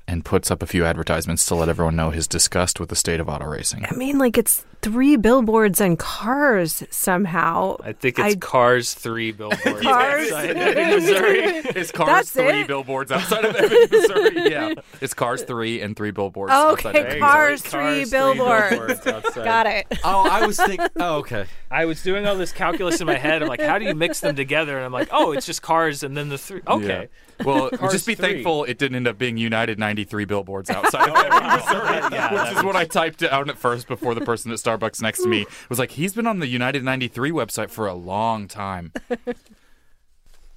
Speaker 2: and puts up a few advertisements to let everyone know his disgust with the state of auto racing.
Speaker 4: I mean, like it's three billboards and cars somehow.
Speaker 3: I think it's
Speaker 4: I-
Speaker 3: Cars Three billboards.
Speaker 4: Cars.
Speaker 3: in Missouri.
Speaker 2: It's Cars
Speaker 4: That's
Speaker 2: three
Speaker 4: it?
Speaker 2: billboards outside of Ebbing, Missouri. Yeah, it's Cars three and three billboards. outside of
Speaker 4: Oh, Okay,
Speaker 2: Ebbing,
Speaker 4: Cars.
Speaker 2: Missouri.
Speaker 4: three billboards.
Speaker 3: outside.
Speaker 4: Got it.
Speaker 5: oh, I was thinking. Oh, okay.
Speaker 3: I was doing all this calculus in my head. I'm like, how do you mix them together? And I'm like, oh, it's just Cars and then the three. Okay.
Speaker 2: Yeah. Well,
Speaker 3: Cars
Speaker 2: just be
Speaker 3: three.
Speaker 2: thankful it didn't end up being United 93 billboards outside of Ebbing, Missouri, which is what I typed out at first before the person at Starbucks next to me was like, he's been on the United 93 website for a long time.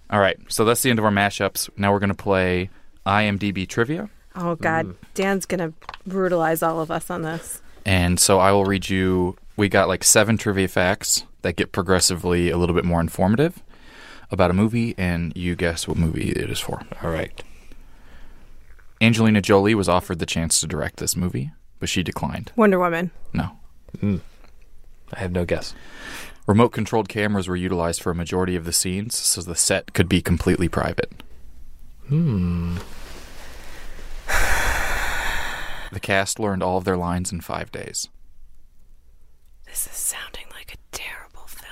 Speaker 2: All right, so that's the end of our mashups. Now we're going to play IMDb trivia.
Speaker 4: Oh God,
Speaker 2: Mm.
Speaker 4: Dan's gonna brutalize all of us on this.
Speaker 2: And so I will read you, we got like seven trivia facts. that get progressively a little bit more informative about a movie, and you guess what movie it is for.
Speaker 3: All right.
Speaker 2: Angelina Jolie was offered the chance to direct this movie, but she declined.
Speaker 4: Wonder Woman.
Speaker 2: No.
Speaker 3: I have no guess.
Speaker 2: Remote controlled cameras were utilized for a majority of the scenes, so the set could be completely private. Hmm. The cast learned all of their lines in five days.
Speaker 4: This is sounding like a terrible film.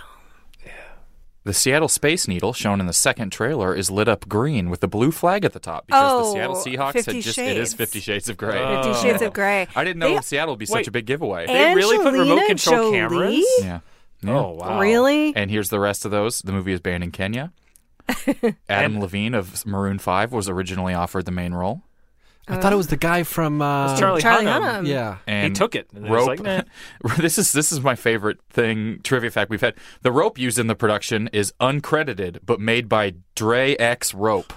Speaker 2: The Seattle Space Needle, shown in the second trailer, is lit up green with the blue flag at the top because the
Speaker 4: Oh,
Speaker 2: Seattle Seahawks had
Speaker 4: 50
Speaker 2: just. It is
Speaker 4: Shades.
Speaker 2: Fifty Shades of Grey. Oh.
Speaker 4: Fifty Shades of Grey.
Speaker 2: I didn't know
Speaker 4: They-
Speaker 2: Seattle would be
Speaker 3: Wait.
Speaker 2: such a big giveaway.
Speaker 3: They really put remote
Speaker 4: Angelina
Speaker 3: control
Speaker 4: Jolie?
Speaker 3: cameras?
Speaker 2: yeah.
Speaker 3: Oh wow.
Speaker 4: Really?
Speaker 2: And here's the rest of those. The movie is banned in Kenya. Adam Levine of Maroon 5 was originally offered the main role.
Speaker 5: I thought it was the guy from. Uh,
Speaker 3: It's Charlie,
Speaker 4: Charlie
Speaker 3: Hunnam.
Speaker 4: Hunnam.
Speaker 5: Yeah.
Speaker 2: And
Speaker 3: took it, and it was
Speaker 2: rope.
Speaker 3: like, nah.
Speaker 2: this is this is my favorite thing trivia fact we've had. The rope used in the production is uncredited, but made by Dre X Rope.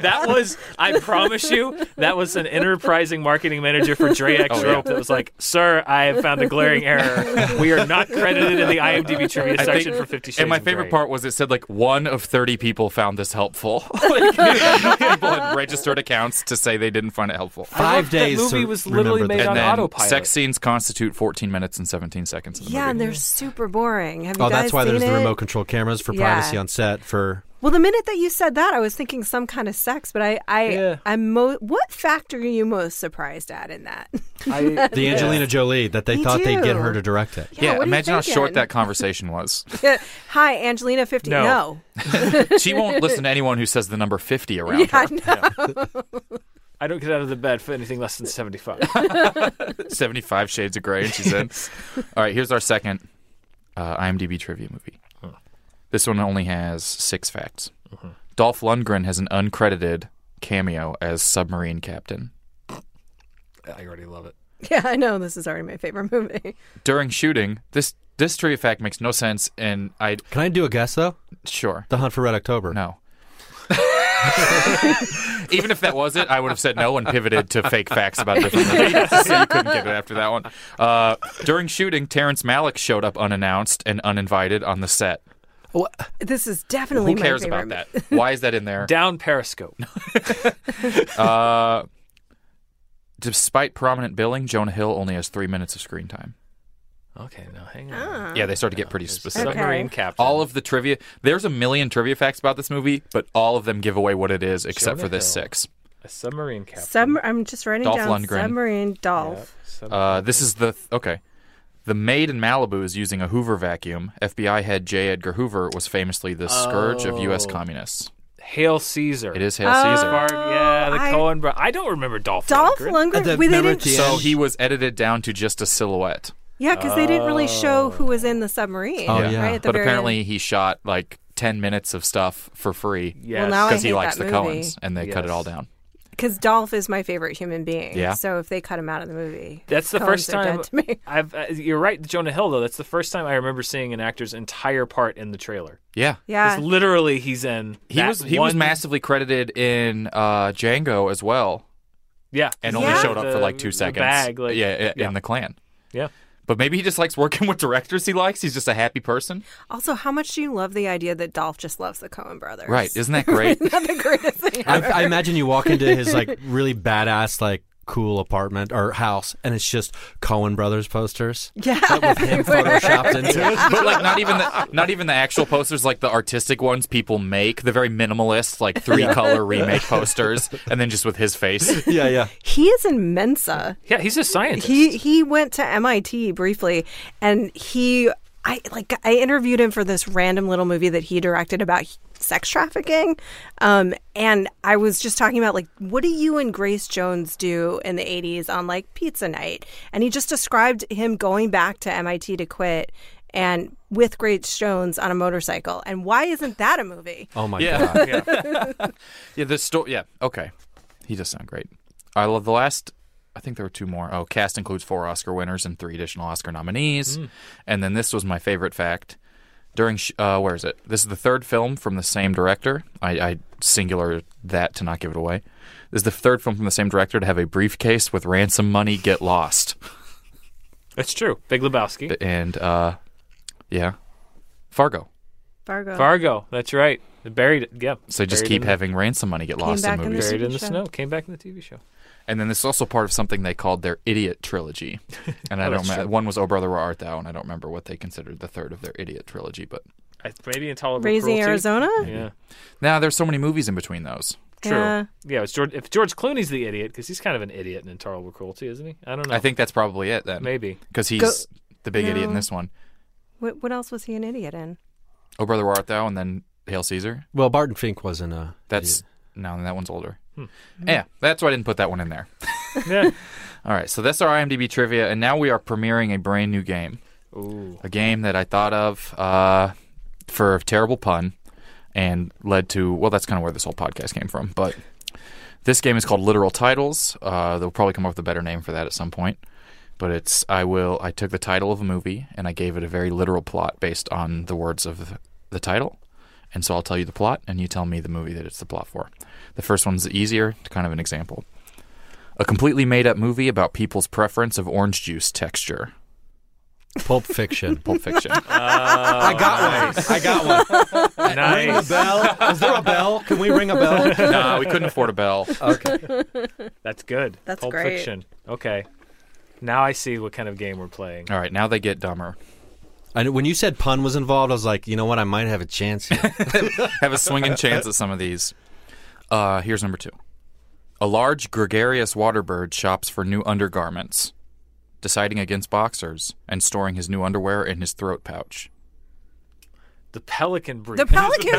Speaker 3: That was, I promise you, that was an enterprising marketing manager for Dre X
Speaker 2: Oh, yeah.
Speaker 3: Rope that was like, Sir, I have found a glaring error. We are not credited in the IMDb trivia
Speaker 2: I
Speaker 3: section
Speaker 2: think-
Speaker 3: for 50 Shades
Speaker 2: and my
Speaker 3: of
Speaker 2: favorite
Speaker 3: Grey."
Speaker 2: part was it said like one of thirty people found this helpful. like, people had registered accounts to say they didn't find it helpful.
Speaker 5: Five
Speaker 3: that
Speaker 5: days.
Speaker 3: movie
Speaker 5: to
Speaker 3: was literally
Speaker 5: remember
Speaker 3: made
Speaker 5: that.
Speaker 3: on
Speaker 2: and then
Speaker 3: autopilot.
Speaker 2: sex scenes constitute 14 minutes and 17 seconds of the
Speaker 4: Yeah,
Speaker 2: movie.
Speaker 4: and they're super boring. Have you
Speaker 5: Oh,
Speaker 4: guys
Speaker 5: that's why
Speaker 4: seen
Speaker 5: there's the
Speaker 4: it?
Speaker 5: remote control cameras for
Speaker 4: Yeah.
Speaker 5: privacy on set. For
Speaker 4: Well, the minute that you said that, I was thinking some kind of sex, but I, I,
Speaker 3: Yeah.
Speaker 4: I'm mo- what factor are you most surprised at in that?
Speaker 5: the Angelina Jolie that they
Speaker 4: Me
Speaker 5: thought they'd get
Speaker 4: too.
Speaker 5: her to direct it.
Speaker 4: Yeah,
Speaker 2: Yeah,
Speaker 4: what are you
Speaker 2: imagine how short
Speaker 4: thinking?
Speaker 2: that conversation was.
Speaker 4: Hi, Angelina. Fifty.
Speaker 3: No.
Speaker 4: no.
Speaker 2: she won't listen to anyone who says the number 50 around
Speaker 4: Yeah,
Speaker 2: her.
Speaker 4: no.
Speaker 3: I don't get out of the bed for anything less than 75.
Speaker 2: 75 Shades of Grey, and she's in. All right, here's our second uh, IMDb trivia movie. This one only has six facts.
Speaker 3: Mm-hmm.
Speaker 2: Dolph Lundgren has an uncredited cameo as submarine captain.
Speaker 3: I already love it.
Speaker 4: yeah, I know. This is already my favorite movie.
Speaker 2: During shooting, this this trivia fact makes no sense, and I
Speaker 5: Can I do a guess though?
Speaker 2: sure
Speaker 5: The Hunt for Red October.
Speaker 2: no. Even if that was it, I would have said no and pivoted to fake facts about different movies. So you couldn't get it after that one. Uh, during shooting, Terrence Malick showed up unannounced and uninvited on the set.
Speaker 4: This is definitely
Speaker 2: Who
Speaker 4: my
Speaker 2: cares
Speaker 4: favorite
Speaker 2: about
Speaker 4: movie.
Speaker 2: that? Why is that in there?
Speaker 3: Down Periscope.
Speaker 2: Uh, despite prominent billing, Jonah Hill only has three minutes of screen time.
Speaker 3: Okay, now hang
Speaker 4: Ah.
Speaker 3: on.
Speaker 4: Uh,
Speaker 2: Yeah, they start to get pretty specific.
Speaker 3: Submarine captain.
Speaker 2: All of the trivia, there's a million trivia facts about this movie, but all of them give away what it is, except
Speaker 3: Jonah
Speaker 2: for this
Speaker 3: Hill.
Speaker 2: six.
Speaker 3: a submarine captain.
Speaker 4: Sub- I'm just writing
Speaker 2: Dolph
Speaker 4: down
Speaker 2: Lundgren.
Speaker 4: submarine Dolph.
Speaker 3: Sub-
Speaker 2: Uh, this is the okay. The maid in Malibu is using a Hoover vacuum. FBI head J. Edgar Hoover was famously the scourge of
Speaker 3: Oh.
Speaker 2: U.S. communists.
Speaker 3: Hail Caesar.
Speaker 2: It is Hail
Speaker 4: Oh.
Speaker 2: Caesar.
Speaker 3: Barb, yeah, the
Speaker 4: I-
Speaker 3: Cohen bro. I don't remember Dolph.
Speaker 4: Dolph
Speaker 3: Lundgren.
Speaker 4: Lundgren.
Speaker 5: The-
Speaker 4: we, they
Speaker 5: remember
Speaker 4: didn't,
Speaker 5: at the
Speaker 2: So
Speaker 5: end?
Speaker 2: he was edited down to just a silhouette.
Speaker 4: yeah, because they didn't really show who was in the submarine.
Speaker 5: Oh, yeah.
Speaker 4: Right at the
Speaker 2: but
Speaker 4: very
Speaker 2: apparently
Speaker 4: end.
Speaker 2: he shot like 10 minutes of stuff for free
Speaker 3: Yes.
Speaker 4: Well, now I
Speaker 2: because
Speaker 4: hate
Speaker 2: he likes the
Speaker 4: that movie.
Speaker 2: Cohens and they cut it
Speaker 3: Yes.
Speaker 2: all down.
Speaker 4: because Dolph is my favorite human being.
Speaker 2: Yeah.
Speaker 4: So if they cut him out of the movie,
Speaker 3: That's the
Speaker 4: Coens
Speaker 3: first
Speaker 4: are
Speaker 3: time
Speaker 4: Dead to me.
Speaker 3: I've. Uh, you're right, Jonah Hill. Though that's the first time I remember seeing an actor's entire part in the trailer.
Speaker 2: Yeah.
Speaker 4: Yeah.
Speaker 3: 'Cause literally, he's in.
Speaker 2: He
Speaker 3: that
Speaker 2: was he was
Speaker 3: one-
Speaker 2: massively credited in uh, Django as well
Speaker 3: Yeah,
Speaker 2: and
Speaker 4: Yeah.
Speaker 2: only showed up for like 2
Speaker 3: The- the
Speaker 2: seconds.
Speaker 3: bag, like-
Speaker 2: yeah, i-
Speaker 3: yeah.
Speaker 2: in the clan.
Speaker 3: yeah.
Speaker 2: But maybe he just likes working with directors he likes. He's just a happy person.
Speaker 4: Also, how much do you love the idea that Dolph just loves the Cohen brothers?
Speaker 2: Right. Isn't that great?
Speaker 4: Not the greatest thing.
Speaker 5: I,
Speaker 4: ever.
Speaker 5: I imagine you walk into his like really badass like cool apartment or house, and it's just Cohen Brothers posters.
Speaker 4: Yeah,
Speaker 5: with him
Speaker 4: everywhere.
Speaker 5: photoshopped into it.
Speaker 2: but like not even the, not even the actual posters like the artistic ones people make, the very minimalist like three color remake posters and then just with his face.
Speaker 5: Yeah, yeah.
Speaker 4: He is in Mensa.
Speaker 3: Yeah, he's a scientist.
Speaker 4: He he went to MIT briefly, and he I like I interviewed him for this random little movie that he directed about h- sex trafficking, um, and I was just talking about like what do you and Grace Jones do in the '80s on like pizza night, and he just described him going back to MIT to quit. And with Grace Jones on a motorcycle, and why isn't that a movie?
Speaker 5: Oh my god.
Speaker 2: Yeah. yeah. yeah, the story. Yeah, okay. He does sound great. I love the last. I think there were two more. Oh, cast includes four Oscar winners and three additional Oscar nominees. And then this was my favorite fact. During sh- uh, where is it? This is the third film from the same director. I, I singular that to not give it away. This is the third film from the same director to have a briefcase with ransom money get lost.
Speaker 3: That's true. Big Lebowski.
Speaker 2: and uh, yeah, Fargo.
Speaker 4: Fargo.
Speaker 3: Fargo. That's right. They Buried. Yeah.
Speaker 2: So they just
Speaker 3: Buried
Speaker 2: keep
Speaker 3: in-
Speaker 2: having ransom money get lost in
Speaker 4: back in the
Speaker 2: movies.
Speaker 3: Buried
Speaker 4: TV
Speaker 3: in the
Speaker 4: show.
Speaker 3: snow. Came back in the TV show.
Speaker 2: and then this is also part of something they called their idiot trilogy. And I don't
Speaker 3: Oh, that's
Speaker 2: remember.
Speaker 3: true.
Speaker 2: One was Oh Brother Where Art Thou, and I don't remember what they considered the third of their idiot trilogy. But
Speaker 3: I, maybe intolerable
Speaker 4: Raising
Speaker 3: cruelty.
Speaker 4: Arizona?
Speaker 3: Yeah.
Speaker 2: now there's so many movies in between those.
Speaker 3: True.
Speaker 4: Yeah.
Speaker 3: Yeah. it's George, if George Clooney's the idiot, because he's kind of an idiot in Intolerable Cruelty, isn't he? I don't know.
Speaker 2: I think that's probably it then.
Speaker 3: maybe.
Speaker 2: Because he's the big idiot in
Speaker 4: No.
Speaker 2: this one.
Speaker 4: What, what else was he an idiot in?
Speaker 2: Oh Brother Where Art Thou, and then Hail Caesar.
Speaker 5: Well, Barton Fink wasn't a.
Speaker 2: That's no, that one's older. Yeah, that's why I didn't put that one in there.
Speaker 3: Yeah.
Speaker 2: All right, so that's our IMDb trivia, and now we are premiering a brand new game. Ooh. A game that I thought of uh, for a terrible pun and led to, well, that's kind of where this whole podcast came from. But this game is called Literal Titles. Uh, they'll probably come up with a better name for that at some point. But it's, I will, I took the title of a movie and I gave it a very literal plot based on the words of the, the title. And so I'll tell you the plot and you tell me the movie that it's the plot for. The first one's easier, kind of an example. A completely made up movie about people's preference of orange juice texture.
Speaker 5: Pulp Fiction.
Speaker 2: Pulp Fiction. Uh, Oh.
Speaker 5: I got one. I got one. Ring a
Speaker 3: Nice.
Speaker 5: bell. Is there a bell? Can we ring a bell?
Speaker 2: no, we couldn't afford a bell.
Speaker 3: That's good.
Speaker 4: That's
Speaker 3: Pulp
Speaker 4: great.
Speaker 3: Fiction. Okay. Now I see what kind of game we're playing.
Speaker 2: All right, now they get dumber.
Speaker 5: I know, when you said pun was involved, I was like, you know what? I might have a chance here.
Speaker 2: Have a swinging chance at some of these. Uh, here's number two. A large gregarious water bird shops for new undergarments, deciding against boxers and storing his new underwear in his throat pouch.
Speaker 3: The Pelican Brief.
Speaker 4: The Pelican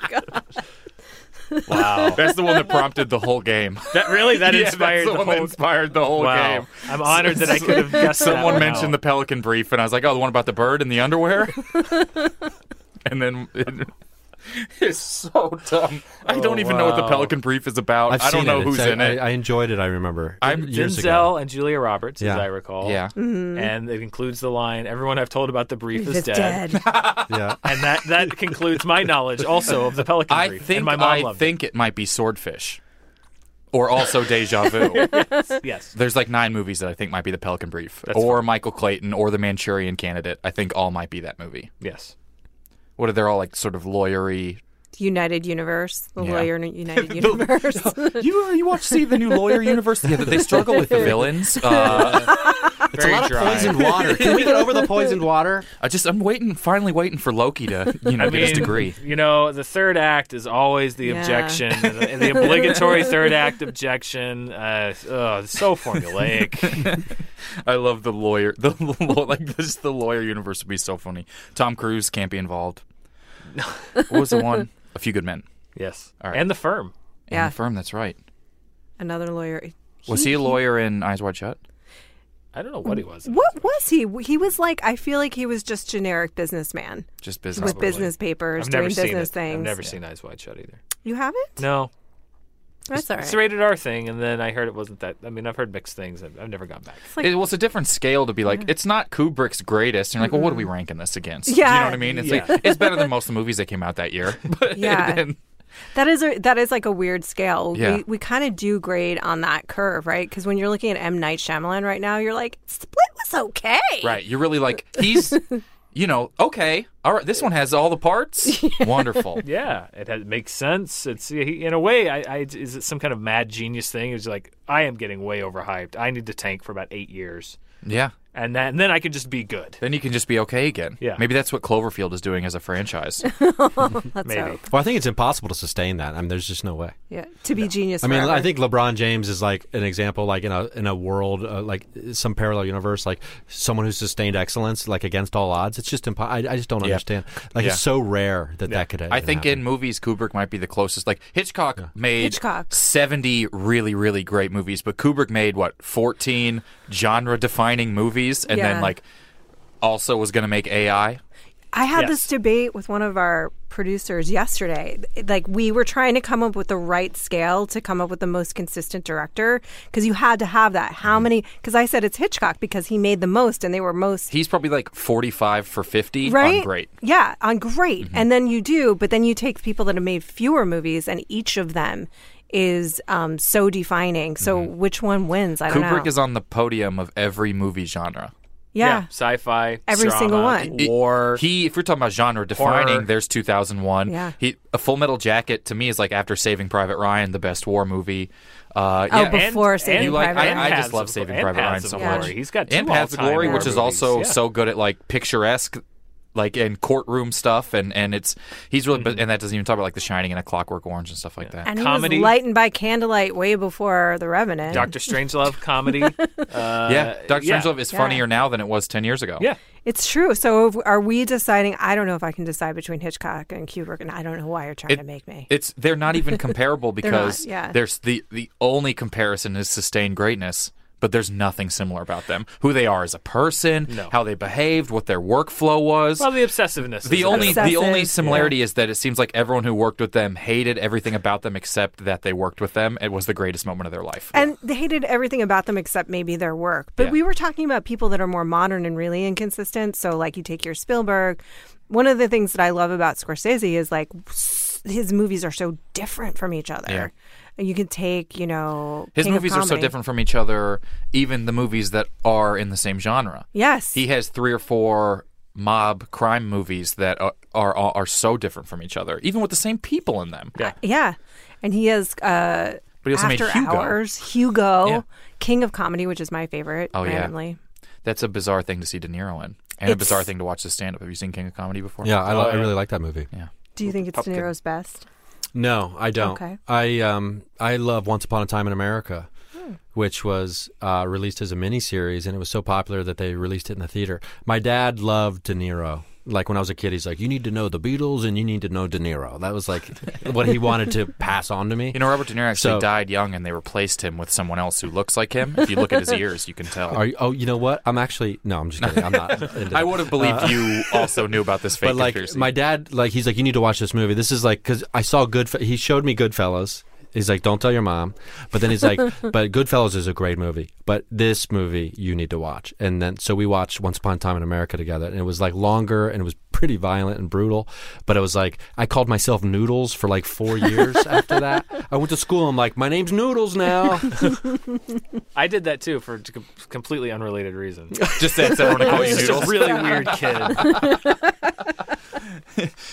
Speaker 4: Brief!
Speaker 3: Wow.
Speaker 2: That's the one that prompted the whole game.
Speaker 3: that really that
Speaker 2: Yeah,
Speaker 3: inspired
Speaker 2: that's the,
Speaker 3: the
Speaker 2: one that
Speaker 3: whole
Speaker 2: inspired the whole
Speaker 3: wow.
Speaker 2: game.
Speaker 3: I'm honored that I could have guessed that
Speaker 2: Someone
Speaker 3: one
Speaker 2: mentioned the
Speaker 3: out.
Speaker 2: Pelican Brief, and I was like, "Oh, the one about the bird and the underwear." and then it- it's so dumb. I don't even know what the
Speaker 3: wow.
Speaker 2: Pelican Brief is about.
Speaker 5: I've
Speaker 2: I don't
Speaker 5: seen
Speaker 2: know
Speaker 5: it. It's-
Speaker 2: who's
Speaker 5: I,
Speaker 2: in it.
Speaker 5: I, I enjoyed it. I remember.
Speaker 2: I'm
Speaker 5: years
Speaker 3: Denzel
Speaker 5: ago.
Speaker 3: and Julia Roberts, as
Speaker 5: Yeah.
Speaker 3: I recall.
Speaker 2: yeah,
Speaker 3: And it includes the line, everyone I've told about the Mm-hmm. brief is
Speaker 4: It's
Speaker 3: dead.
Speaker 4: dead.
Speaker 5: Yeah.
Speaker 3: And that, that concludes my knowledge also of the Pelican
Speaker 2: I
Speaker 3: Brief.
Speaker 2: think
Speaker 3: and my mom
Speaker 2: I
Speaker 3: loved
Speaker 2: think it might be Swordfish, or also Deja Vu.
Speaker 3: it. Yes.
Speaker 2: There's like nine movies that I think might be the Pelican Brief, or Michael Clayton, or The Manchurian Candidate. I think all might be that movie.
Speaker 3: Yes.
Speaker 2: What are they all like? Sort of lawyery
Speaker 4: United Universe. The
Speaker 2: Yeah.
Speaker 4: lawyer in United Universe.
Speaker 2: You you watch see the new lawyer universe? Yeah, they struggle with the villains. Uh,
Speaker 5: It's a lot
Speaker 3: dry.
Speaker 5: of poisoned water. Can we get over the poisoned water?
Speaker 2: I just I'm waiting, finally waiting for Loki to you know
Speaker 3: I
Speaker 2: get his
Speaker 3: mean,
Speaker 2: degree.
Speaker 3: You know, the third act is always the
Speaker 4: Yeah.
Speaker 3: objection, the, the obligatory third act objection. Uh, ugh, it's so formulaic.
Speaker 2: I love the lawyer. The law- like this the lawyer universe would be so funny. Tom Cruise can't be involved. What was the one? A Few Good Men.
Speaker 3: yes.
Speaker 2: All right.
Speaker 3: And the firm.
Speaker 2: And
Speaker 4: Yeah.
Speaker 2: the firm. That's right.
Speaker 4: Another lawyer.
Speaker 2: Was he a lawyer in Eyes Wide Shut?
Speaker 3: I don't know what he was.
Speaker 4: What was he? He was like, I feel like he was just generic businessman
Speaker 2: Just business.
Speaker 4: with business papers,
Speaker 3: I've
Speaker 4: doing
Speaker 3: never seen
Speaker 4: business
Speaker 3: it.
Speaker 4: things.
Speaker 3: I've never seen Eyes Wide Shut either.
Speaker 4: You haven't?
Speaker 3: No,
Speaker 4: That's all right.
Speaker 3: it's a rated R thing, and then I heard it wasn't that. I mean, I've heard mixed things. I've, I've never gone back.
Speaker 4: like-
Speaker 2: it, well, it's a different scale to be like, it's not Kubrick's greatest. And you're like, well, what are we ranking this against? You know
Speaker 4: Yeah.
Speaker 2: what I mean? It's,
Speaker 3: Yeah.
Speaker 2: like, it's better than most of the movies that came out that year. But
Speaker 4: Yeah.
Speaker 2: then-
Speaker 4: That is a, that is like a weird scale.
Speaker 2: Yeah.
Speaker 4: We, we kind of do grade on that curve, right? Because when you're looking at M Night Shyamalan right now, you're like, Split was okay.
Speaker 2: Right. You're really like, he's, you know, okay. All right. This one has all the parts. Wonderful.
Speaker 3: Yeah, it, had, it makes sense. It's he, in a way, I, I is it some kind of mad genius thing? It's like I am getting way overhyped. I need to tank for about eight years,
Speaker 2: Yeah.
Speaker 3: and that, and then I can just be good.
Speaker 2: Then you can just be okay again.
Speaker 3: Yeah.
Speaker 2: Maybe that's what Cloverfield is doing as a franchise.
Speaker 4: Let's
Speaker 3: Maybe.
Speaker 4: hope.
Speaker 5: Well, I think it's impossible to sustain that. I mean, there's just no way.
Speaker 4: Yeah. To be genius.
Speaker 5: I mean,
Speaker 4: forever.
Speaker 5: I think LeBron James is like an example, like in a in a world uh, like some parallel universe, like someone who sustained excellence, like against all odds. It's just impo- I, I just don't understand. Like
Speaker 2: Yeah.
Speaker 5: it's so rare that that could.
Speaker 2: I think in movies, Kubrick might be the closest. Like Hitchcock made
Speaker 4: Hitchcock.
Speaker 2: 70 really, really great movies, but Kubrick made what, 14 genre defining movies? And then
Speaker 4: Yeah.
Speaker 2: like also was going to make AI.
Speaker 4: I had
Speaker 3: Yes.
Speaker 4: this debate with one of our producers yesterday. Like we were trying to come up with the right scale to come up with the most consistent director because you had to have that. How
Speaker 2: Mm-hmm.
Speaker 4: many? Because I said it's Hitchcock because he made the most and they were most
Speaker 2: He's probably like 45 for 50 on
Speaker 4: right.
Speaker 2: great. Mm-hmm.
Speaker 4: Yeah, on great. And then you do, but then you take people that have made fewer movies and each of them is um, so defining. So which one wins? I don't
Speaker 2: Mm-hmm. Kubrick
Speaker 4: know.
Speaker 2: is on the podium of every movie genre.
Speaker 4: yeah.
Speaker 3: sci-fi,
Speaker 4: Every
Speaker 3: drama,
Speaker 4: single one.
Speaker 2: It-
Speaker 3: war.
Speaker 2: He, if we're talking about genre defining,
Speaker 3: Horror.
Speaker 2: there's 2001.
Speaker 4: Yeah.
Speaker 2: He, a Full Metal Jacket to me is like after Saving Private Ryan, the best war movie. Uh,
Speaker 4: Oh,
Speaker 2: yeah,
Speaker 4: before Saving
Speaker 2: you like,
Speaker 4: Private
Speaker 2: I-
Speaker 4: Ryan.
Speaker 2: I,
Speaker 3: And
Speaker 2: just
Speaker 3: Paths
Speaker 2: love
Speaker 3: of-
Speaker 2: Saving
Speaker 3: and
Speaker 2: Private
Speaker 3: Paths
Speaker 2: Ryan
Speaker 3: of
Speaker 2: so
Speaker 3: Glory.
Speaker 2: much.
Speaker 3: He's got two
Speaker 2: and Paths of
Speaker 3: all-time
Speaker 2: Glory,
Speaker 3: war
Speaker 2: which is
Speaker 3: movies.
Speaker 2: also
Speaker 3: Yeah.
Speaker 2: so good at like picturesque, like and courtroom stuff, and and it's he's really
Speaker 3: Mm-hmm.
Speaker 2: but and that doesn't even talk about like The Shining and A Clockwork Orange and stuff like that.
Speaker 4: And
Speaker 3: Comedy.
Speaker 4: he was lightened by candlelight way before The Revenant.
Speaker 3: Doctor Strangelove comedy. Uh,
Speaker 2: yeah, Doctor
Speaker 3: yeah.
Speaker 2: Strangelove is
Speaker 4: Yeah.
Speaker 2: funnier now than it was ten years ago.
Speaker 3: Yeah.
Speaker 4: It's true. So if, are we deciding? I don't know if I can decide between Hitchcock and Kubrick, and I don't know why you're trying
Speaker 2: It-
Speaker 4: to make me.
Speaker 2: It's they're not even comparable
Speaker 4: They're not,
Speaker 2: because
Speaker 4: yeah.
Speaker 2: there's the the only comparison is sustained greatness, but there's nothing similar about them. Who they are as a person, how they behaved, what their workflow was.
Speaker 3: Well, the obsessiveness. is
Speaker 2: the
Speaker 3: a
Speaker 2: only
Speaker 3: bit of-
Speaker 2: the only
Speaker 4: Obsessive,
Speaker 2: similarity is that it seems like everyone who worked with them hated everything about them except that they worked with them. It was the greatest moment of their life.
Speaker 4: and they hated everything about them except maybe their work. But
Speaker 2: Yeah.
Speaker 4: we were talking about people that are more modern and really inconsistent. So like you take your Spielberg. One of the things that I love about Scorsese is like s- his movies are so different from each other. You can take, you know,
Speaker 2: His
Speaker 4: King of
Speaker 2: movies are so
Speaker 4: Comedy.
Speaker 2: different from each other, even the movies that are in the same genre.
Speaker 4: Yes.
Speaker 2: He has three or four mob crime movies that are are, are so different from each other, even with the same people in them. Yeah.
Speaker 4: Yeah. And he has uh,
Speaker 2: But he also made
Speaker 4: After
Speaker 2: Hugo.
Speaker 4: Hours, Hugo,
Speaker 2: Yeah.
Speaker 4: King of Comedy, which is my favorite.
Speaker 2: Oh, yeah.
Speaker 4: randomly.
Speaker 2: That's a bizarre thing to see De Niro in, and a
Speaker 4: It's-
Speaker 2: bizarre thing to watch the stand up. Have you seen King of Comedy before?
Speaker 5: Yeah, I, li- I really like that movie.
Speaker 4: Do you think it's De
Speaker 2: Pumpkin.
Speaker 4: Niro's best?
Speaker 5: No, I don't.
Speaker 4: Okay.
Speaker 5: I um I love Once Upon a Time in America, which was uh, released as a miniseries, and it was so popular that they released it in the theater. My dad loved De Niro. Like when I was a kid, he's like, "You need to know the Beatles and you need to know De Niro." That was like what he wanted to pass on to me.
Speaker 2: You know, Robert De Niro actually
Speaker 5: So-
Speaker 2: died young, and they replaced him with someone else who looks like him. If you look at his ears, you can tell.
Speaker 5: Are you, oh, you know what? I'm actually no, I'm just kidding. I'm not. into
Speaker 2: I
Speaker 5: that. Uh,
Speaker 2: would have believed you also knew about this fake
Speaker 5: but like
Speaker 2: conspiracy.
Speaker 5: my dad like he's like you need to watch this movie this is like because i saw good he showed me goodfellas he's like don't tell your mom but then he's like but goodfellas is a great movie but this movie you need to watch and then so we watched once upon a time in america together and it was like longer and it was pretty violent and brutal but it was like i called myself noodles for like four years after that i went to school i'm like my name's noodles now
Speaker 3: I did that too for t- com- completely unrelated reasons.
Speaker 2: just said everyone to call you
Speaker 3: Just a
Speaker 2: noodles.
Speaker 3: really weird kid.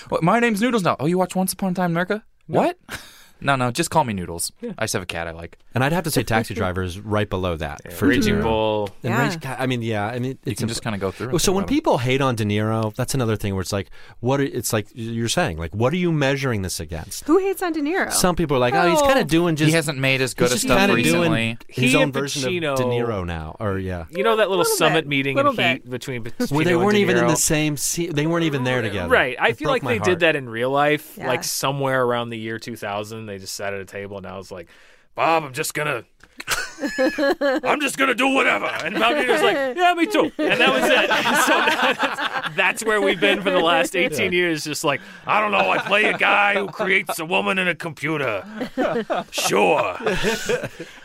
Speaker 2: Well, my name's Noodles now. Oh, you watch Once Upon a Time in America? What? No, no, just call me Noodles. I just have a cat I like.
Speaker 5: and i'd have to say taxi driver is right below that for De
Speaker 3: Raging
Speaker 5: Niro.
Speaker 3: Bull.
Speaker 5: And
Speaker 4: Yeah.
Speaker 5: Rage- I mean, yeah. I mean, it's
Speaker 2: You can just kind of go through.
Speaker 5: Well,
Speaker 2: and
Speaker 5: so
Speaker 2: think
Speaker 5: when
Speaker 2: about 'em.
Speaker 5: people hate on De Niro, that's another thing where it's like, what? Are, it's like you're saying, like, what are you measuring this against?
Speaker 4: Who hates on De Niro?
Speaker 5: Some people are like, oh, he's
Speaker 4: Oh.
Speaker 5: kind of doing just
Speaker 2: he hasn't made as good
Speaker 5: he's
Speaker 2: of
Speaker 5: just
Speaker 2: stuff
Speaker 5: kinda
Speaker 2: recently.
Speaker 5: Doing his
Speaker 3: He
Speaker 5: own
Speaker 3: and
Speaker 5: version
Speaker 3: Pacino-
Speaker 5: of De Niro now, or yeah.
Speaker 3: You know that little,
Speaker 4: Little
Speaker 3: summit
Speaker 4: bit,
Speaker 3: meeting
Speaker 4: little
Speaker 3: in
Speaker 4: bit.
Speaker 3: Heat between Pacino
Speaker 5: Where they weren't
Speaker 3: and De
Speaker 5: even in
Speaker 3: Niro?
Speaker 5: the same seat. They weren't even there together.
Speaker 3: Right. I
Speaker 5: It
Speaker 3: feel
Speaker 5: broke
Speaker 3: like
Speaker 5: my
Speaker 3: they
Speaker 5: heart.
Speaker 3: did that in real life,
Speaker 4: Yeah.
Speaker 3: like somewhere around the year 2000. They just sat at a table, and I was like, Bob, I'm just gonna. I'm just gonna do whatever, and Bob was like, "Yeah, me too," and that was it. So that's, that's where we've been for the last 18 years. Just like I don't know, I play a guy who creates a woman in a computer. Sure,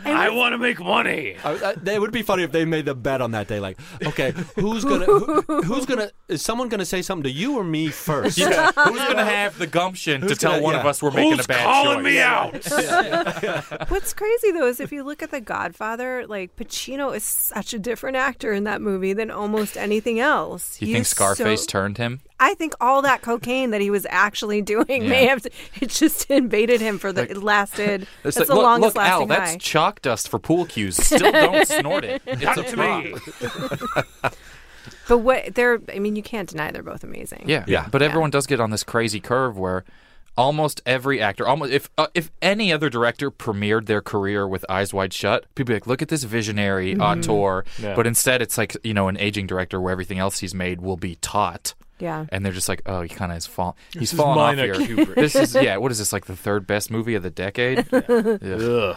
Speaker 3: I want to make money.
Speaker 5: I, I, it would be funny if they made the bet on that day. Like, okay, who's gonna, who, who's gonna, is someone gonna say something to you or me first?
Speaker 2: Who's gonna have the gumption to tell
Speaker 5: gonna-
Speaker 2: one
Speaker 5: yeah.
Speaker 2: of us we're making
Speaker 3: Who's
Speaker 2: a bad
Speaker 3: calling
Speaker 2: choice?
Speaker 3: me out?
Speaker 4: What's crazy though is if you look at The Godfather, like Pacino is such a different actor in that movie than almost anything else.
Speaker 2: Do you
Speaker 4: He's
Speaker 2: think Scarface
Speaker 4: so-
Speaker 2: turned him?
Speaker 4: I think all that cocaine that he was actually doing may have it just invaded him for the it lasted. That's
Speaker 2: like,
Speaker 4: the
Speaker 2: look,
Speaker 4: longest
Speaker 2: look, Al,
Speaker 4: lasting
Speaker 2: that's
Speaker 4: high.
Speaker 2: chalk dust for pool cues. Still don't snort it. It's a
Speaker 3: to
Speaker 2: prop.
Speaker 3: me.
Speaker 4: but what they're, I mean, you can't deny they're both amazing.
Speaker 2: Yeah,
Speaker 5: Yeah.
Speaker 2: But everyone does get on this crazy curve where almost every actor, almost if uh, if any other director premiered their career with eyes wide shut, people be like, "Look at this
Speaker 4: Mm-hmm.
Speaker 2: visionary auteur." But instead, it's like you know an aging director where everything else he's made will be taught.
Speaker 4: Yeah.
Speaker 2: And they're just like, oh, he kind of is fall. He's
Speaker 3: is
Speaker 2: falling off
Speaker 3: minor
Speaker 2: here.
Speaker 3: Kubrick.
Speaker 2: This is yeah. What is this like the third best movie of the decade? Ugh.
Speaker 3: Ugh.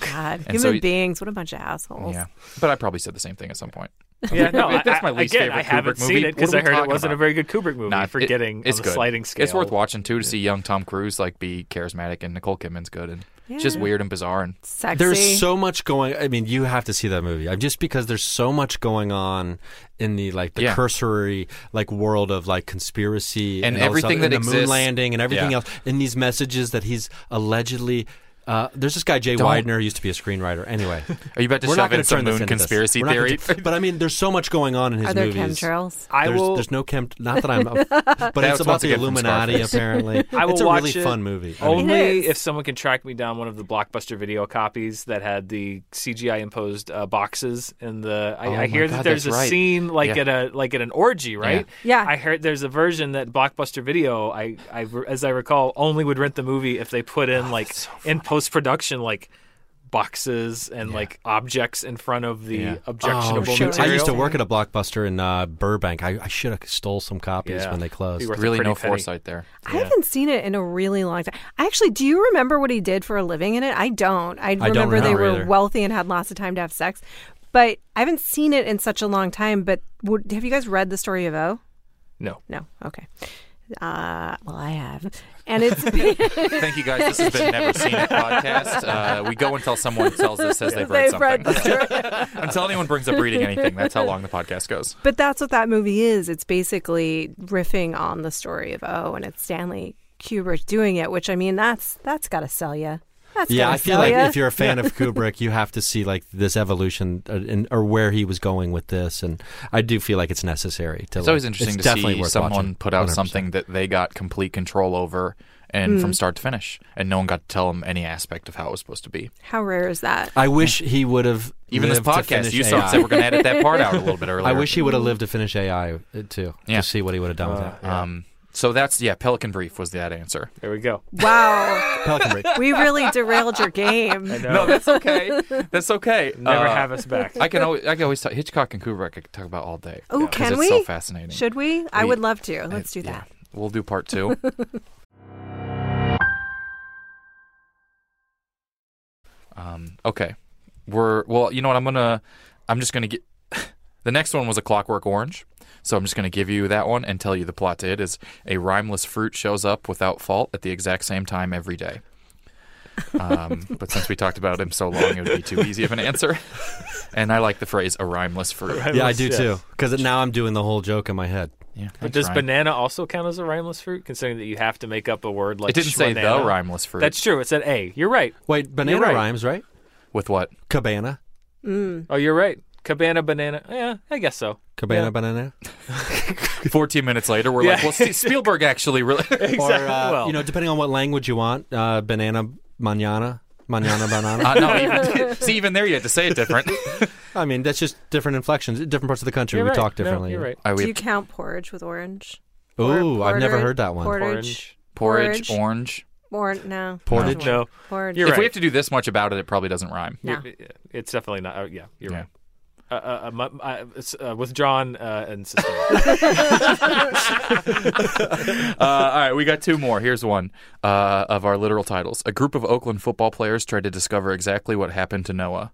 Speaker 4: God,
Speaker 2: And
Speaker 4: human
Speaker 2: so-
Speaker 4: beings, what a bunch of assholes.
Speaker 2: Yeah, but I probably said the same thing at some point.
Speaker 3: Yeah, no,
Speaker 2: If that's
Speaker 3: I-
Speaker 2: my least
Speaker 3: again,
Speaker 2: favorite
Speaker 3: I haven't
Speaker 2: Kubrick
Speaker 3: seen
Speaker 2: movie,
Speaker 3: it
Speaker 2: what
Speaker 3: because
Speaker 2: are
Speaker 3: I
Speaker 2: we
Speaker 3: heard it
Speaker 2: talking
Speaker 3: wasn't a
Speaker 2: about?
Speaker 3: very good Kubrick movie.
Speaker 2: Not- it-
Speaker 3: forgetting
Speaker 2: it's
Speaker 3: on
Speaker 2: good.
Speaker 3: the sliding scale.
Speaker 2: It's worth watching too to see young Tom Cruise like be charismatic and Nicole Kidman's good and just weird and bizarre and
Speaker 4: Sexy.
Speaker 5: There's so much going. I mean, you have to see that movie. I'm just because there's so much going on in the like the
Speaker 2: Yeah.
Speaker 5: cursory like world of like conspiracy
Speaker 2: And
Speaker 5: all this
Speaker 2: everything
Speaker 5: other-
Speaker 2: that
Speaker 5: and the moon
Speaker 2: exists.
Speaker 5: landing and everything
Speaker 2: Yeah.
Speaker 5: else, and these messages that he's allegedly Uh, there's this guy Jay
Speaker 2: Don't-
Speaker 5: Widener who used to be a screenwriter. Anyway,
Speaker 2: Are you about to
Speaker 5: we're not
Speaker 2: shove
Speaker 5: gonna
Speaker 2: in some
Speaker 5: turn this
Speaker 2: moon
Speaker 5: into this.
Speaker 2: conspiracy
Speaker 5: We're not gonna
Speaker 2: theory?
Speaker 5: t- but I mean, there's so much going on in his
Speaker 4: Are there
Speaker 5: movies.
Speaker 4: chemtrails?
Speaker 3: I
Speaker 5: there's,
Speaker 3: will.
Speaker 5: there's no chem. Not that I'm, but
Speaker 2: That
Speaker 5: it's
Speaker 2: was
Speaker 5: about
Speaker 2: once
Speaker 5: the
Speaker 2: again from
Speaker 5: Illuminati.
Speaker 2: Scarface.
Speaker 5: Apparently,
Speaker 3: I will
Speaker 5: it's a
Speaker 3: watch
Speaker 5: really
Speaker 3: it
Speaker 5: fun movie. I mean,
Speaker 4: It
Speaker 3: Only
Speaker 4: is.
Speaker 3: if someone can track me down one of the blockbuster video copies that had the CGI imposed uh, boxes in the. I,
Speaker 2: Oh
Speaker 3: I
Speaker 2: my
Speaker 3: hear
Speaker 2: God,
Speaker 3: that there's a
Speaker 2: that's right.
Speaker 3: scene like
Speaker 2: Yeah.
Speaker 3: at a like at an orgy, right?
Speaker 4: Yeah.
Speaker 3: I heard there's a version that blockbuster video. I, I as I recall, only would rent the movie if they put
Speaker 5: Oh,
Speaker 3: in like in post production like boxes and like objects in front of the
Speaker 2: Yeah.
Speaker 3: objectionable
Speaker 4: shoot. I
Speaker 3: material.
Speaker 5: Oh, I used to work at a blockbuster in uh, Burbank. I, I should have stole some copies
Speaker 3: Yeah.
Speaker 5: when they
Speaker 3: Be
Speaker 5: closed.
Speaker 3: worth a
Speaker 2: really
Speaker 3: pretty
Speaker 2: no
Speaker 3: penny.
Speaker 2: foresight there.
Speaker 4: I haven't seen it in a really long time. I actually do you remember what he did for a living in it? I don't. I remember,
Speaker 5: don't
Speaker 4: they
Speaker 5: remember
Speaker 4: were
Speaker 5: either.
Speaker 4: wealthy and had lots of time to have sex. But I haven't seen it in such a long time. But would, have you guys read the story of O?
Speaker 3: No.
Speaker 4: No. Okay. Uh, well, I have, and it's they've
Speaker 2: Thank you guys. This has been Never Seen It podcast. Uh, we go until someone tells us says they've read
Speaker 4: read
Speaker 2: something.
Speaker 4: the story.
Speaker 2: until anyone brings up reading anything, that's how long the podcast goes.
Speaker 4: But that's what that movie is. It's basically riffing on the story of O, and it's Stanley Kubrick doing it. Which I mean, that's that's got to sell you. That's
Speaker 5: Yeah,
Speaker 4: gotta
Speaker 5: I feel
Speaker 4: sell
Speaker 5: like
Speaker 4: ya.
Speaker 5: if you're a fan of Kubrick, you have to see like this evolution uh, in, or where he was going with this, and I do feel like it's necessary. To,
Speaker 2: It's always interesting to
Speaker 5: definitely
Speaker 2: see
Speaker 5: worth
Speaker 2: someone
Speaker 5: watching,
Speaker 2: put out
Speaker 5: 100%.
Speaker 2: something that they got complete control over and
Speaker 4: Hmm.
Speaker 2: from start to finish, and no one got to tell them any aspect of how it was supposed to be.
Speaker 4: How rare is that?
Speaker 5: I wish he would have
Speaker 2: Even this
Speaker 5: lived to
Speaker 2: podcast,
Speaker 5: finish
Speaker 2: you saw it
Speaker 5: AI.
Speaker 2: said we're going to edit that part out a little bit earlier.
Speaker 5: I wish he would have lived to finish AI uh, too.
Speaker 2: Yeah.
Speaker 5: To see what he would have done with that.
Speaker 2: Um, so that's yeah. Pelican Brief was that answer.
Speaker 3: There we go.
Speaker 4: Wow,
Speaker 5: Pelican Brief.
Speaker 4: we really derailed your game.
Speaker 2: No, that's okay. That's okay.
Speaker 3: Never
Speaker 2: Uh,
Speaker 3: have us back.
Speaker 2: I can always I can always talk Hitchcock and Kubrick. I could talk about all day.
Speaker 4: Oh,
Speaker 2: 'Cause
Speaker 4: can
Speaker 2: it's
Speaker 4: we?
Speaker 2: So fascinating.
Speaker 4: Should we? I
Speaker 2: We-
Speaker 4: would love to. Let's
Speaker 2: Uh,
Speaker 4: do that.
Speaker 2: Yeah. We'll do part two. um, okay. We're well. You know what? I'm gonna. I'm just gonna get. the next one was a Clockwork Orange, so I'm just gonna give you that one and tell you the plot to it is a rhymeless fruit shows up without fault at the exact same time every day. Um, but since we talked about him so long, it would be too easy of an answer. and I like the phrase "a rhymeless fruit."
Speaker 5: Yeah, I do
Speaker 3: Yes.
Speaker 5: too. Because now I'm doing the whole joke in my head.
Speaker 2: Yeah,
Speaker 3: But
Speaker 2: thanks,
Speaker 3: does
Speaker 2: Ryan.
Speaker 3: banana also count as a rhymeless fruit, considering that you have to make up a word like
Speaker 2: It didn't say the
Speaker 3: schwanana?
Speaker 2: rhymeless fruit.
Speaker 3: That's true. It said a. You're right.
Speaker 5: Wait, banana
Speaker 3: You're right.
Speaker 5: rhymes, right?
Speaker 2: with what?
Speaker 5: Cabana,
Speaker 3: Oh, you're right. Cabana banana. Yeah, I guess so.
Speaker 5: cabana,
Speaker 3: Yeah.
Speaker 5: banana.
Speaker 2: 14 minutes later, we're like,
Speaker 3: Yeah.
Speaker 2: well, Ste- Spielberg actually really.
Speaker 5: Or uh,
Speaker 3: Well-
Speaker 5: you know, depending on what language you want, uh, banana, manana, manana, banana.
Speaker 2: Uh, no, even, see, even there you had to say it different.
Speaker 5: I mean, that's just different inflections, different parts of the country.
Speaker 3: You're
Speaker 5: we
Speaker 3: right.
Speaker 5: talk
Speaker 3: No,
Speaker 5: differently.
Speaker 3: you're right.
Speaker 2: I
Speaker 4: Do
Speaker 2: we
Speaker 4: you count porridge with orange?
Speaker 5: Ooh,
Speaker 4: Or
Speaker 5: I've never
Speaker 4: porter-
Speaker 5: heard that one.
Speaker 4: Portage.
Speaker 3: Orange.
Speaker 2: porridge,
Speaker 4: porridge.
Speaker 2: orange.
Speaker 4: Or no.
Speaker 5: Portage?
Speaker 3: No.
Speaker 4: Porridge.
Speaker 3: You're
Speaker 2: if
Speaker 3: right.
Speaker 2: we have to do this much about it, it probably doesn't rhyme.
Speaker 4: No.
Speaker 3: You're- It's definitely not. oh, yeah, you're
Speaker 2: Yeah.
Speaker 3: right. Uh, uh, uh, mu- uh, it's, uh, withdrawn uh, and sustained.
Speaker 2: Uh, all right, we got two more. Here's one uh, of our literal titles. A group of Oakland football players tried to discover exactly what happened to Noah.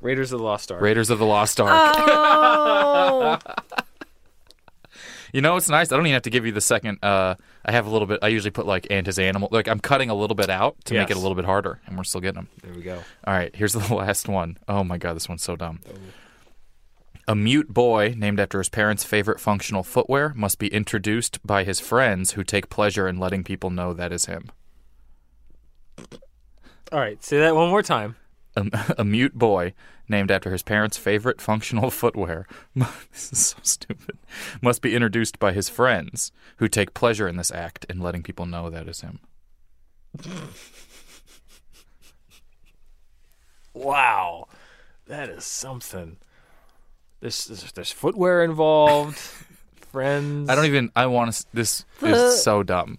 Speaker 3: Raiders of the Lost Ark.
Speaker 2: Raiders of the Lost Ark.
Speaker 4: Oh,
Speaker 2: You know, it's nice. I don't even have to give you the second. Uh, I have a little bit. I usually put like and his animal. Like I'm cutting a little bit out to make it
Speaker 3: Yes.
Speaker 2: a little bit harder, and we're still getting them.
Speaker 3: there we go.
Speaker 2: All right, here's the last one. Oh my god, this one's so dumb.
Speaker 3: Oh.
Speaker 2: A mute boy named after his parents' favorite functional footwear must be introduced by his friends who take pleasure in letting people know that is him.
Speaker 3: All right. Say that one more time.
Speaker 2: A, a mute boy named after his parents' favorite functional footwear. mu- This is so stupid. Must be introduced by his friends who take pleasure in this act in letting people know that is him.
Speaker 3: Wow, that is something. There's there's, there's footwear involved. Friends.
Speaker 2: I don't even. I want to. This is so dumb.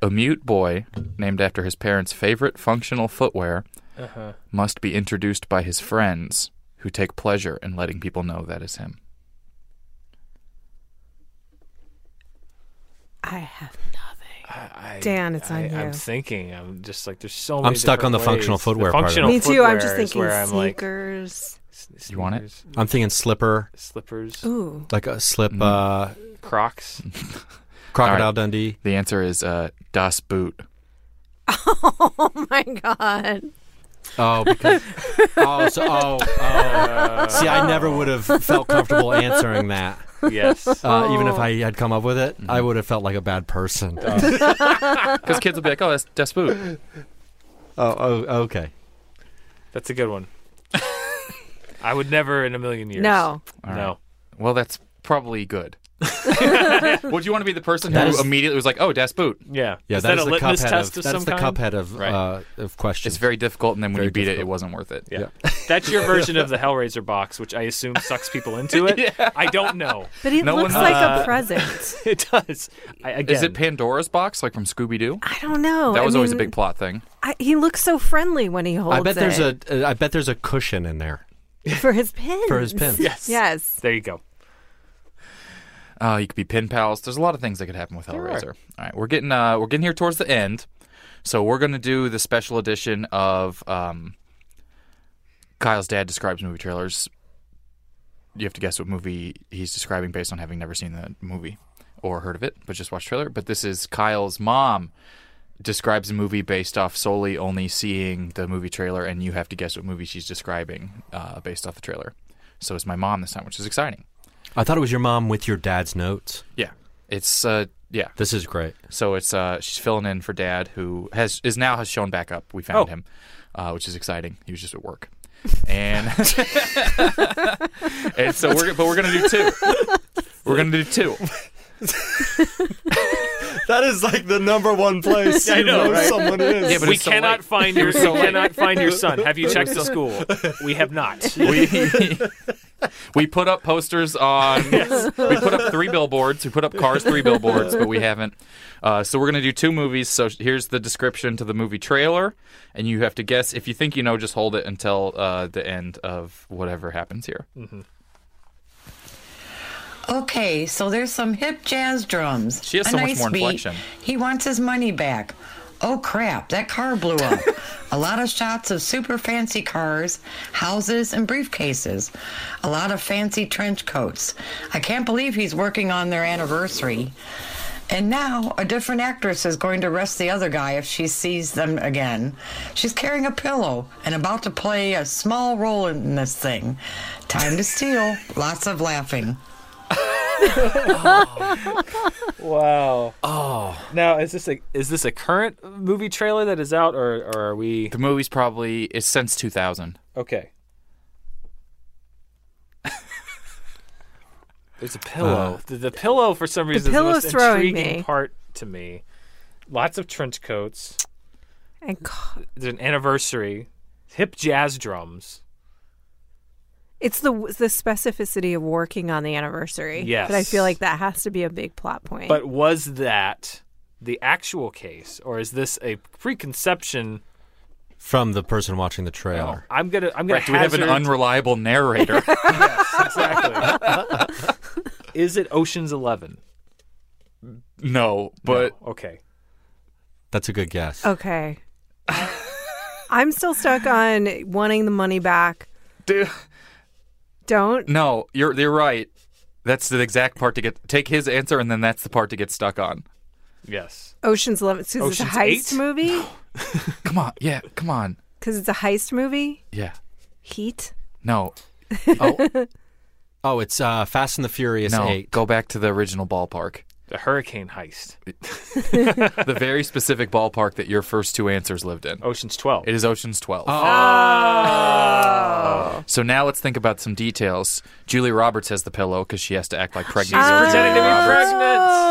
Speaker 2: A mute boy named after his parents' favorite functional footwear Uh-huh. must be introduced by his friends who take pleasure in letting people know that is him.
Speaker 4: I have nothing.
Speaker 3: I,
Speaker 4: Dan, it's on
Speaker 3: I, I'm
Speaker 4: you.
Speaker 3: thinking. I'm just like there's so. Many
Speaker 5: I'm stuck on
Speaker 3: different
Speaker 5: the functional
Speaker 3: ways.
Speaker 5: footwear
Speaker 3: The
Speaker 5: part of it.
Speaker 3: functional
Speaker 4: Me too. I'm
Speaker 3: footwear
Speaker 4: just
Speaker 3: is
Speaker 4: thinking
Speaker 3: where I'm like
Speaker 4: sneakers.
Speaker 2: You want it?
Speaker 3: sneakers,
Speaker 5: I'm thinking slipper,
Speaker 3: Slippers,
Speaker 4: Ooh,
Speaker 5: like a slip, uh,
Speaker 3: Crocs.
Speaker 5: crocodile
Speaker 2: All right.
Speaker 5: Dundee.
Speaker 2: The answer is uh, Das Boot.
Speaker 4: oh my god.
Speaker 5: Oh, because oh, so, oh, oh. See, I never would have felt comfortable answering that.
Speaker 3: Yes.
Speaker 5: Uh, Even
Speaker 3: Oh.
Speaker 5: if I had come up with it, I would have felt like a bad person.
Speaker 2: Because kids will be like, oh, that's Despot.
Speaker 5: oh, oh, okay.
Speaker 3: That's a good one. I would never in a million years.
Speaker 4: No.
Speaker 3: No.
Speaker 2: Well, that's probably good. would you want to be the person who
Speaker 5: That is-
Speaker 2: immediately was like, oh, Despot?
Speaker 3: Yeah.
Speaker 5: Yeah,
Speaker 3: is
Speaker 5: that
Speaker 3: a
Speaker 5: is the
Speaker 3: litmus
Speaker 5: cuphead
Speaker 3: test
Speaker 5: of,
Speaker 3: of
Speaker 5: that
Speaker 3: some
Speaker 5: is the
Speaker 3: kind?
Speaker 5: cuphead of
Speaker 2: Right.
Speaker 5: uh, of questions.
Speaker 2: It's very difficult, and then when
Speaker 5: Very
Speaker 2: you beat it, it
Speaker 5: difficult.
Speaker 2: wasn't worth it.
Speaker 3: Yeah. That's your version of the Hellraiser box, which I assume sucks people into it. I don't know.
Speaker 4: But it
Speaker 2: No
Speaker 4: looks
Speaker 2: one-
Speaker 4: like a present.
Speaker 3: It does. I, again,
Speaker 2: Is it Pandora's box, like from Scooby Doo?
Speaker 4: I don't know.
Speaker 2: That
Speaker 4: Oh, I
Speaker 2: was always a
Speaker 4: mean,
Speaker 2: big plot thing.
Speaker 4: I, he looks so friendly when he holds
Speaker 5: I bet there's
Speaker 4: it
Speaker 5: a uh, I bet there's a cushion in there
Speaker 4: for his pin.
Speaker 5: for his pin.
Speaker 3: Yes.
Speaker 4: Yes.
Speaker 3: There you go.
Speaker 2: Uh, you could be pin pals. There's a lot of things that could happen with Hellraiser. All right, we're getting uh, we're getting here towards the end, so we're gonna do the special edition of um, Kyle's dad describes movie trailers. You have to guess what movie he's describing based on having never seen the movie or heard of it, but just watched trailer. But this is Kyle's mom describes a movie based off solely only seeing the movie trailer, and you have to guess what movie she's describing uh, based off the trailer. So it's my mom this time, which is exciting.
Speaker 5: I thought it was your mom with your dad's notes.
Speaker 2: Yeah, it's uh, yeah.
Speaker 5: This is great.
Speaker 2: So it's uh, she's filling in for dad, who has is now has shown back up. We found
Speaker 3: Oh.
Speaker 2: him, uh, which is exciting. He was just at work, and and so we're but we're gonna do two. We're gonna do two.
Speaker 1: That is like the number one place
Speaker 3: I know, right?
Speaker 1: someone is.
Speaker 2: Yeah, but
Speaker 3: we
Speaker 2: it's so
Speaker 3: cannot
Speaker 2: late.
Speaker 3: find your
Speaker 2: so
Speaker 3: we
Speaker 2: late.
Speaker 3: cannot find your son. Have you checked the school? We have not.
Speaker 2: We we put up posters on. We put up three billboards. We put up Cars three billboards, but we haven't. Uh, so we're gonna do two movies. So here's the description to the movie trailer, and you have to guess. If you think you know, just hold it until uh, the end of whatever happens here.
Speaker 6: Okay, so there's some hip jazz drums.
Speaker 2: She has
Speaker 6: a
Speaker 2: so much
Speaker 6: nice
Speaker 2: more
Speaker 6: beat.
Speaker 2: inflection.
Speaker 6: He wants his money back. Oh crap, that car blew up. a lot of shots of super fancy cars, houses, and briefcases. A lot of fancy trench coats. I can't believe he's working on their anniversary. And now a different actress is going to arrest the other guy if she sees them again. She's carrying a pillow and about to play a small role in this thing. Time to steal. Lots of laughing.
Speaker 3: Wow. Oh. Now is this a is this a current movie trailer that is out, or, or are we
Speaker 2: The movie's probably it's since 2000.
Speaker 3: okay? There's a pillow. the, the pillow, for some reason, is
Speaker 4: pillow's
Speaker 3: the most
Speaker 4: throwing
Speaker 3: intriguing
Speaker 4: me.
Speaker 3: part to me. Lots of trench coats.
Speaker 4: And co-
Speaker 3: There's an anniversary. Hip jazz drums.
Speaker 4: it's the the specificity of working on the anniversary.
Speaker 3: Yes.
Speaker 4: But I feel like that has to be a big plot point.
Speaker 3: But was that the actual case, or is this a preconception?
Speaker 5: From the person watching the trailer.
Speaker 3: I'm gonna. I'm gonna.
Speaker 2: Right, do we have an
Speaker 3: hazard-
Speaker 2: unreliable narrator?
Speaker 3: exactly. is it Ocean's Eleven?
Speaker 2: no, but
Speaker 3: Okay.
Speaker 5: That's a good guess.
Speaker 4: okay. I'm still stuck on wanting the money back.
Speaker 2: Dude.
Speaker 4: Don't.
Speaker 2: no, you're you're right. That's the exact part to get take his answer, and then that's the part to get stuck on.
Speaker 3: Yes.
Speaker 4: Ocean's Eleven. Because it's a
Speaker 3: Ocean's
Speaker 4: heist
Speaker 3: Eight?
Speaker 4: movie.
Speaker 2: Come on, yeah, come on,
Speaker 4: Because it's a heist movie.
Speaker 2: yeah.
Speaker 4: Heat.
Speaker 2: No,
Speaker 5: Oh, it's uh, Fast and the Furious
Speaker 2: no.
Speaker 5: Eight.
Speaker 2: Go back to the original ballpark,
Speaker 3: The Hurricane Heist.
Speaker 2: the very specific ballpark that your first two answers lived in.
Speaker 3: Ocean's Twelve.
Speaker 2: It is Ocean's Twelve.
Speaker 3: Oh.
Speaker 2: So now let's think about some details. Julie Roberts has the pillow because she has to act like pregnant.
Speaker 4: She's
Speaker 2: Julia
Speaker 3: pretending to be
Speaker 2: Roberts.
Speaker 3: pregnant.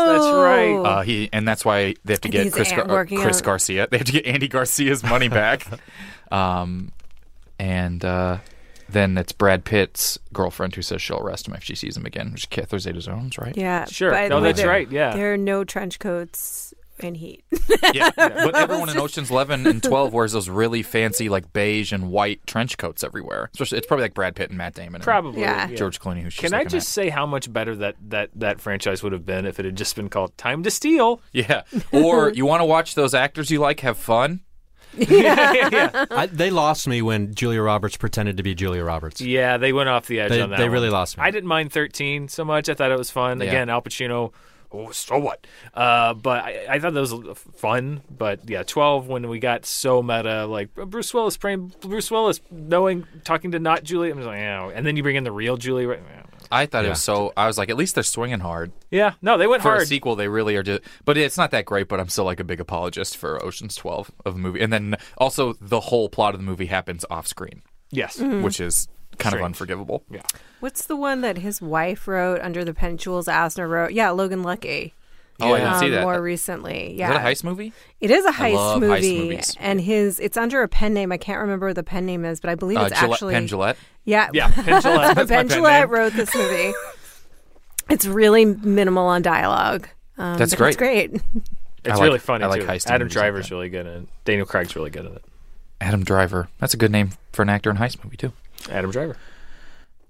Speaker 3: That's right.
Speaker 4: Oh.
Speaker 2: Uh, he and that's why they have to get
Speaker 4: he's
Speaker 2: Chris, Gar-
Speaker 4: at- working
Speaker 2: Chris
Speaker 4: on-
Speaker 2: Garcia. They have to get Andy Garcia's money back. um, and uh, then it's Brad Pitt's girlfriend who says she'll arrest him if she sees him again, which is Catherine Zeta Jones, right?
Speaker 4: Yeah.
Speaker 3: Sure.
Speaker 4: but I
Speaker 3: No,
Speaker 4: believe
Speaker 3: that's
Speaker 4: there-
Speaker 3: right, yeah.
Speaker 4: There are no trench coats in heat.
Speaker 2: Yeah. But everyone in Ocean's Eleven and Twelve wears those really fancy, like beige and white trench coats everywhere. Especially, it's probably like Brad Pitt and Matt Damon, and
Speaker 3: Probably.
Speaker 4: Yeah.
Speaker 2: George Clooney. Who she's
Speaker 3: Can I
Speaker 2: looking at.
Speaker 3: just say how much better that, that, that franchise would have been if it had just been called Time to Steal?
Speaker 2: Yeah. Or you want to watch those actors you like have fun?
Speaker 3: yeah.
Speaker 5: I, they lost me when Julia Roberts pretended to be Julia Roberts.
Speaker 3: yeah, they went off the edge
Speaker 5: They-
Speaker 3: on that.
Speaker 5: they
Speaker 3: one.
Speaker 5: really lost me.
Speaker 3: I didn't mind 13 so much. I thought it was fun.
Speaker 2: Yeah.
Speaker 3: Again, Al Pacino, oh, so what? Uh, but I, I thought that was uh, fun. But yeah, 12, when we got so meta, like Bruce Willis praying, Bruce Willis knowing, talking to not Julie. I'm just like, oh. And then you bring in the real Julie. Right?
Speaker 2: I thought it was so. I was like, at least they're swinging hard.
Speaker 3: Yeah, no, they went
Speaker 2: for a
Speaker 3: hard.
Speaker 2: sequel, they really are just. But it's not that great. But I'm still like a big apologist for Ocean's Twelve of the movie, and then also the whole plot of the movie happens off screen,
Speaker 3: Yes.
Speaker 2: which is kind
Speaker 3: Mm. Strange.
Speaker 2: of unforgivable.
Speaker 3: Yeah.
Speaker 4: What's the one that his wife wrote under the pen? Jules Asner wrote. Yeah, Logan Lucky.
Speaker 2: Oh, I didn't see
Speaker 4: um,
Speaker 2: that.
Speaker 4: More recently,
Speaker 2: Is
Speaker 4: yeah.
Speaker 2: that a heist movie?
Speaker 4: It is a
Speaker 2: I
Speaker 4: heist
Speaker 2: love heist
Speaker 4: movie,
Speaker 2: movies.
Speaker 4: and his it's under a pen name. I can't remember what the pen name is, but I believe
Speaker 2: Uh,
Speaker 4: it's
Speaker 2: Gillette,
Speaker 4: actually
Speaker 2: Penn Gillette.
Speaker 4: Yeah,
Speaker 3: Yeah, Penn Jillette.
Speaker 2: That's my pen
Speaker 4: Ben Gillette
Speaker 2: name.
Speaker 4: wrote this movie. it's really minimal on dialogue. Um,
Speaker 2: That's
Speaker 4: but It's
Speaker 2: great.
Speaker 4: great.
Speaker 2: I
Speaker 3: It's
Speaker 2: like-
Speaker 3: really funny.
Speaker 2: I like
Speaker 3: too.
Speaker 2: heist
Speaker 3: Adam
Speaker 2: movies like
Speaker 3: Driver's
Speaker 2: that.
Speaker 3: really good in it. Daniel Craig's really good in it.
Speaker 2: Adam Driver. That's a good name for an actor in a heist movie too.
Speaker 3: Adam Driver.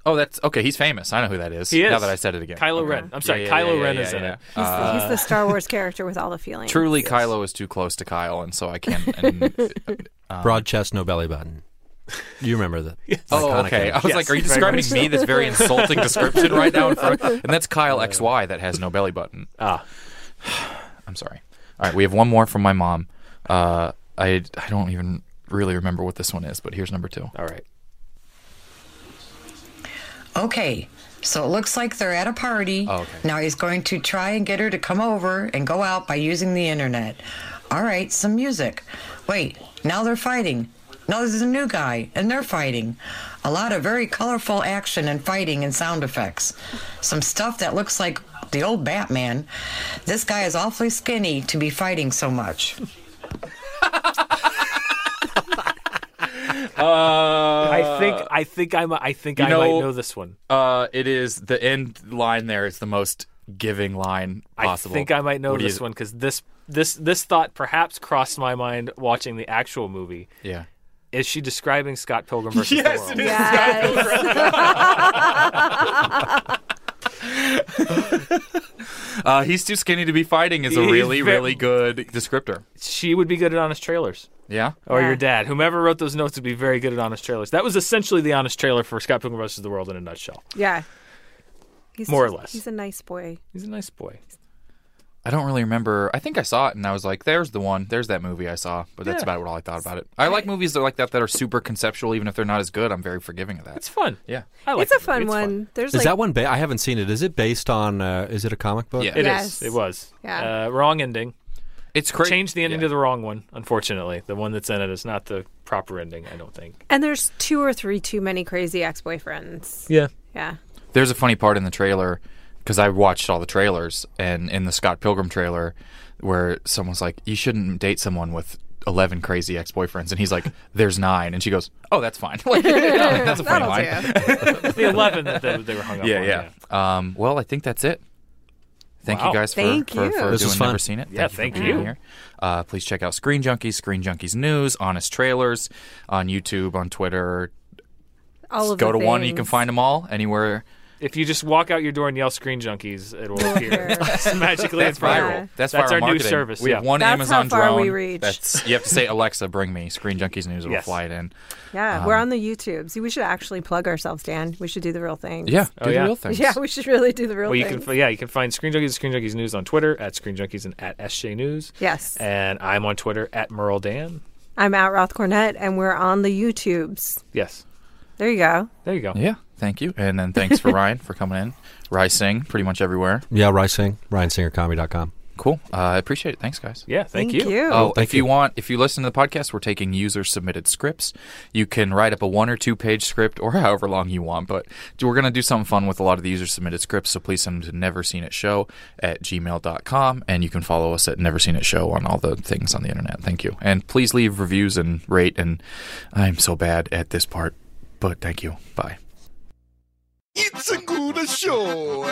Speaker 2: Oh, that's okay. He's famous. I know who that is.
Speaker 3: He is.
Speaker 2: Now that I said it again,
Speaker 3: Kylo
Speaker 2: Okay.
Speaker 3: Ren. I'm sorry,
Speaker 2: Yeah, yeah,
Speaker 3: Kylo
Speaker 2: yeah,
Speaker 3: Ren
Speaker 2: yeah,
Speaker 3: is
Speaker 2: yeah,
Speaker 3: in
Speaker 2: yeah.
Speaker 3: it.
Speaker 4: He's, the-
Speaker 2: Uh,
Speaker 4: he's the Star Wars character with all the feelings.
Speaker 2: Truly, Kylo is too close to Kyle, and so I can't. And,
Speaker 5: Broad chest, no belly button. You remember that?
Speaker 2: oh,
Speaker 5: Iconic
Speaker 2: okay. I
Speaker 5: image.
Speaker 2: was like, are you describing me this very insulting description right now? In front of, and that's Kyle XY that has no belly button.
Speaker 3: Ah.
Speaker 2: I'm sorry. All right, we have one more from my mom. Uh, I I don't even really remember what this one is, but here's number two.
Speaker 3: All right.
Speaker 6: Okay, so it looks like they're at a party.
Speaker 2: Oh, okay.
Speaker 6: Now he's going to try and get her to come over and go out by using the internet. All right, some music. Wait, now they're fighting. Now there's a new guy, and they're fighting. A lot of very colorful action and fighting and sound effects. Some stuff that looks like the old Batman. This guy is awfully skinny to be fighting so much.
Speaker 3: I think I think I might I think
Speaker 2: Uh, you
Speaker 3: I might
Speaker 2: know-
Speaker 3: know this one.
Speaker 2: Uh, it is the end line. There is the most giving line possible.
Speaker 3: I think I might know
Speaker 2: What do you-
Speaker 3: this one because this this this thought perhaps crossed my mind watching the actual movie.
Speaker 2: Yeah.
Speaker 3: Is she describing Scott Pilgrim versus the World?
Speaker 4: Yes.
Speaker 2: Uh, he's too skinny to be fighting is a
Speaker 3: He's
Speaker 2: really,
Speaker 3: ve-
Speaker 2: really good descriptor.
Speaker 3: She would be good at honest trailers.
Speaker 2: Yeah.
Speaker 3: Or
Speaker 4: Yeah.
Speaker 3: your dad, whomever wrote those notes, would be very good at honest trailers. That was essentially the honest trailer for Scott Pilgrim versus the World in a nutshell.
Speaker 4: yeah. He's,
Speaker 3: More or less.
Speaker 4: He's a nice boy.
Speaker 3: He's a nice boy.
Speaker 2: I don't really remember. I think I saw it and I was like, there's the one. There's that movie I saw. But that's
Speaker 3: Yeah.
Speaker 2: about what all I thought about it. I like movies that are like that that are super conceptual, even if they're not as good. I'm very forgiving of that.
Speaker 3: It's fun.
Speaker 2: Yeah.
Speaker 3: I like
Speaker 4: it's a
Speaker 3: the
Speaker 4: fun
Speaker 3: movie.
Speaker 4: one. There's
Speaker 5: Is
Speaker 4: like
Speaker 5: that one? Ba- I haven't seen it. Is it based on? Uh, is it a comic book?
Speaker 2: Yeah.
Speaker 3: It is.
Speaker 4: Yes.
Speaker 3: It was.
Speaker 4: Yeah.
Speaker 3: Uh, wrong ending.
Speaker 2: It's crazy.
Speaker 3: Changed the ending to the wrong one, unfortunately. The one that's in it is not the proper ending, I don't think.
Speaker 4: and there's two or three too many crazy ex-boyfriends.
Speaker 3: Yeah.
Speaker 4: Yeah.
Speaker 2: There's a funny part in the trailer because I watched all the trailers and in the Scott Pilgrim trailer where someone's like, you shouldn't date someone with 11 crazy ex boyfriends. And he's like, there's nine. And she goes, oh, that's fine. Like, that's a funny line.
Speaker 3: the 11 that they, they were hung up
Speaker 2: yeah,
Speaker 3: on.
Speaker 2: yeah. Um, well, I think that's it. Thank
Speaker 3: Wow.
Speaker 2: you guys for,
Speaker 4: Thank
Speaker 2: for,
Speaker 4: you.
Speaker 2: for
Speaker 5: This was
Speaker 2: doing
Speaker 5: fun.
Speaker 2: Never Seen It.
Speaker 3: Yeah,
Speaker 2: for
Speaker 3: thank
Speaker 2: being
Speaker 3: you.
Speaker 2: Here. Uh, please check out Screen Junkies, Screen Junkies News, Honest Trailers on YouTube, on Twitter.
Speaker 4: All of
Speaker 2: Go
Speaker 4: the
Speaker 2: to one, you
Speaker 4: things.
Speaker 2: can find them all anywhere.
Speaker 3: If you just walk out your door and yell "Screen Junkies," it will appear
Speaker 4: appear.
Speaker 3: magically.
Speaker 2: That's
Speaker 3: in front of
Speaker 2: viral.
Speaker 3: you.
Speaker 2: That's,
Speaker 3: That's
Speaker 2: viral
Speaker 3: our new
Speaker 2: marketing.
Speaker 3: service,
Speaker 2: We have
Speaker 3: yeah.
Speaker 2: one
Speaker 4: That's how
Speaker 2: Amazon
Speaker 4: far
Speaker 2: drone.
Speaker 4: we reach.
Speaker 2: That's, you have to say, Alexa, bring me Screen Junkies News. It will
Speaker 3: Yes.
Speaker 2: fly it in.
Speaker 4: Yeah,
Speaker 3: Um,
Speaker 4: we're on the YouTube. See, we should actually plug ourselves, Dan. We should do the real thing.
Speaker 2: Yeah, do
Speaker 3: Oh,
Speaker 2: the
Speaker 3: yeah.
Speaker 2: real things.
Speaker 4: Yeah, we should really do the real
Speaker 3: Well, you
Speaker 4: thing.
Speaker 3: can yeah, you can find Screen Junkies, Screen Junkies News on Twitter at Screen Junkies and at SJ News.
Speaker 4: Yes.
Speaker 3: and I'm on Twitter at Merle Dan.
Speaker 4: I'm at Roth Cornett, and we're on the YouTubes.
Speaker 3: Yes,
Speaker 4: There you go.
Speaker 3: there you go.
Speaker 2: yeah, thank you. And then thanks for Ryan for coming in. Ryan Singh, pretty much everywhere.
Speaker 5: Yeah. Ryan Sing. RyanSingerComedy.com.
Speaker 2: Cool. Uh, I appreciate it. Thanks, guys.
Speaker 3: Yeah, thank,
Speaker 4: Thank you.
Speaker 2: Oh,
Speaker 5: thank
Speaker 2: if you.
Speaker 5: you.
Speaker 2: want, if you listen to the podcast, we're taking user submitted scripts. You can write up a one or two page script or however long you want, but we're going to do something fun with a lot of the user submitted scripts. So please send them to never seen it show at gmail.com. And you can follow us at never seen it show on all the things on the internet. Thank you. And please leave reviews and rate. And I'm so bad at this part, but thank you. Bye.
Speaker 8: It's a good show.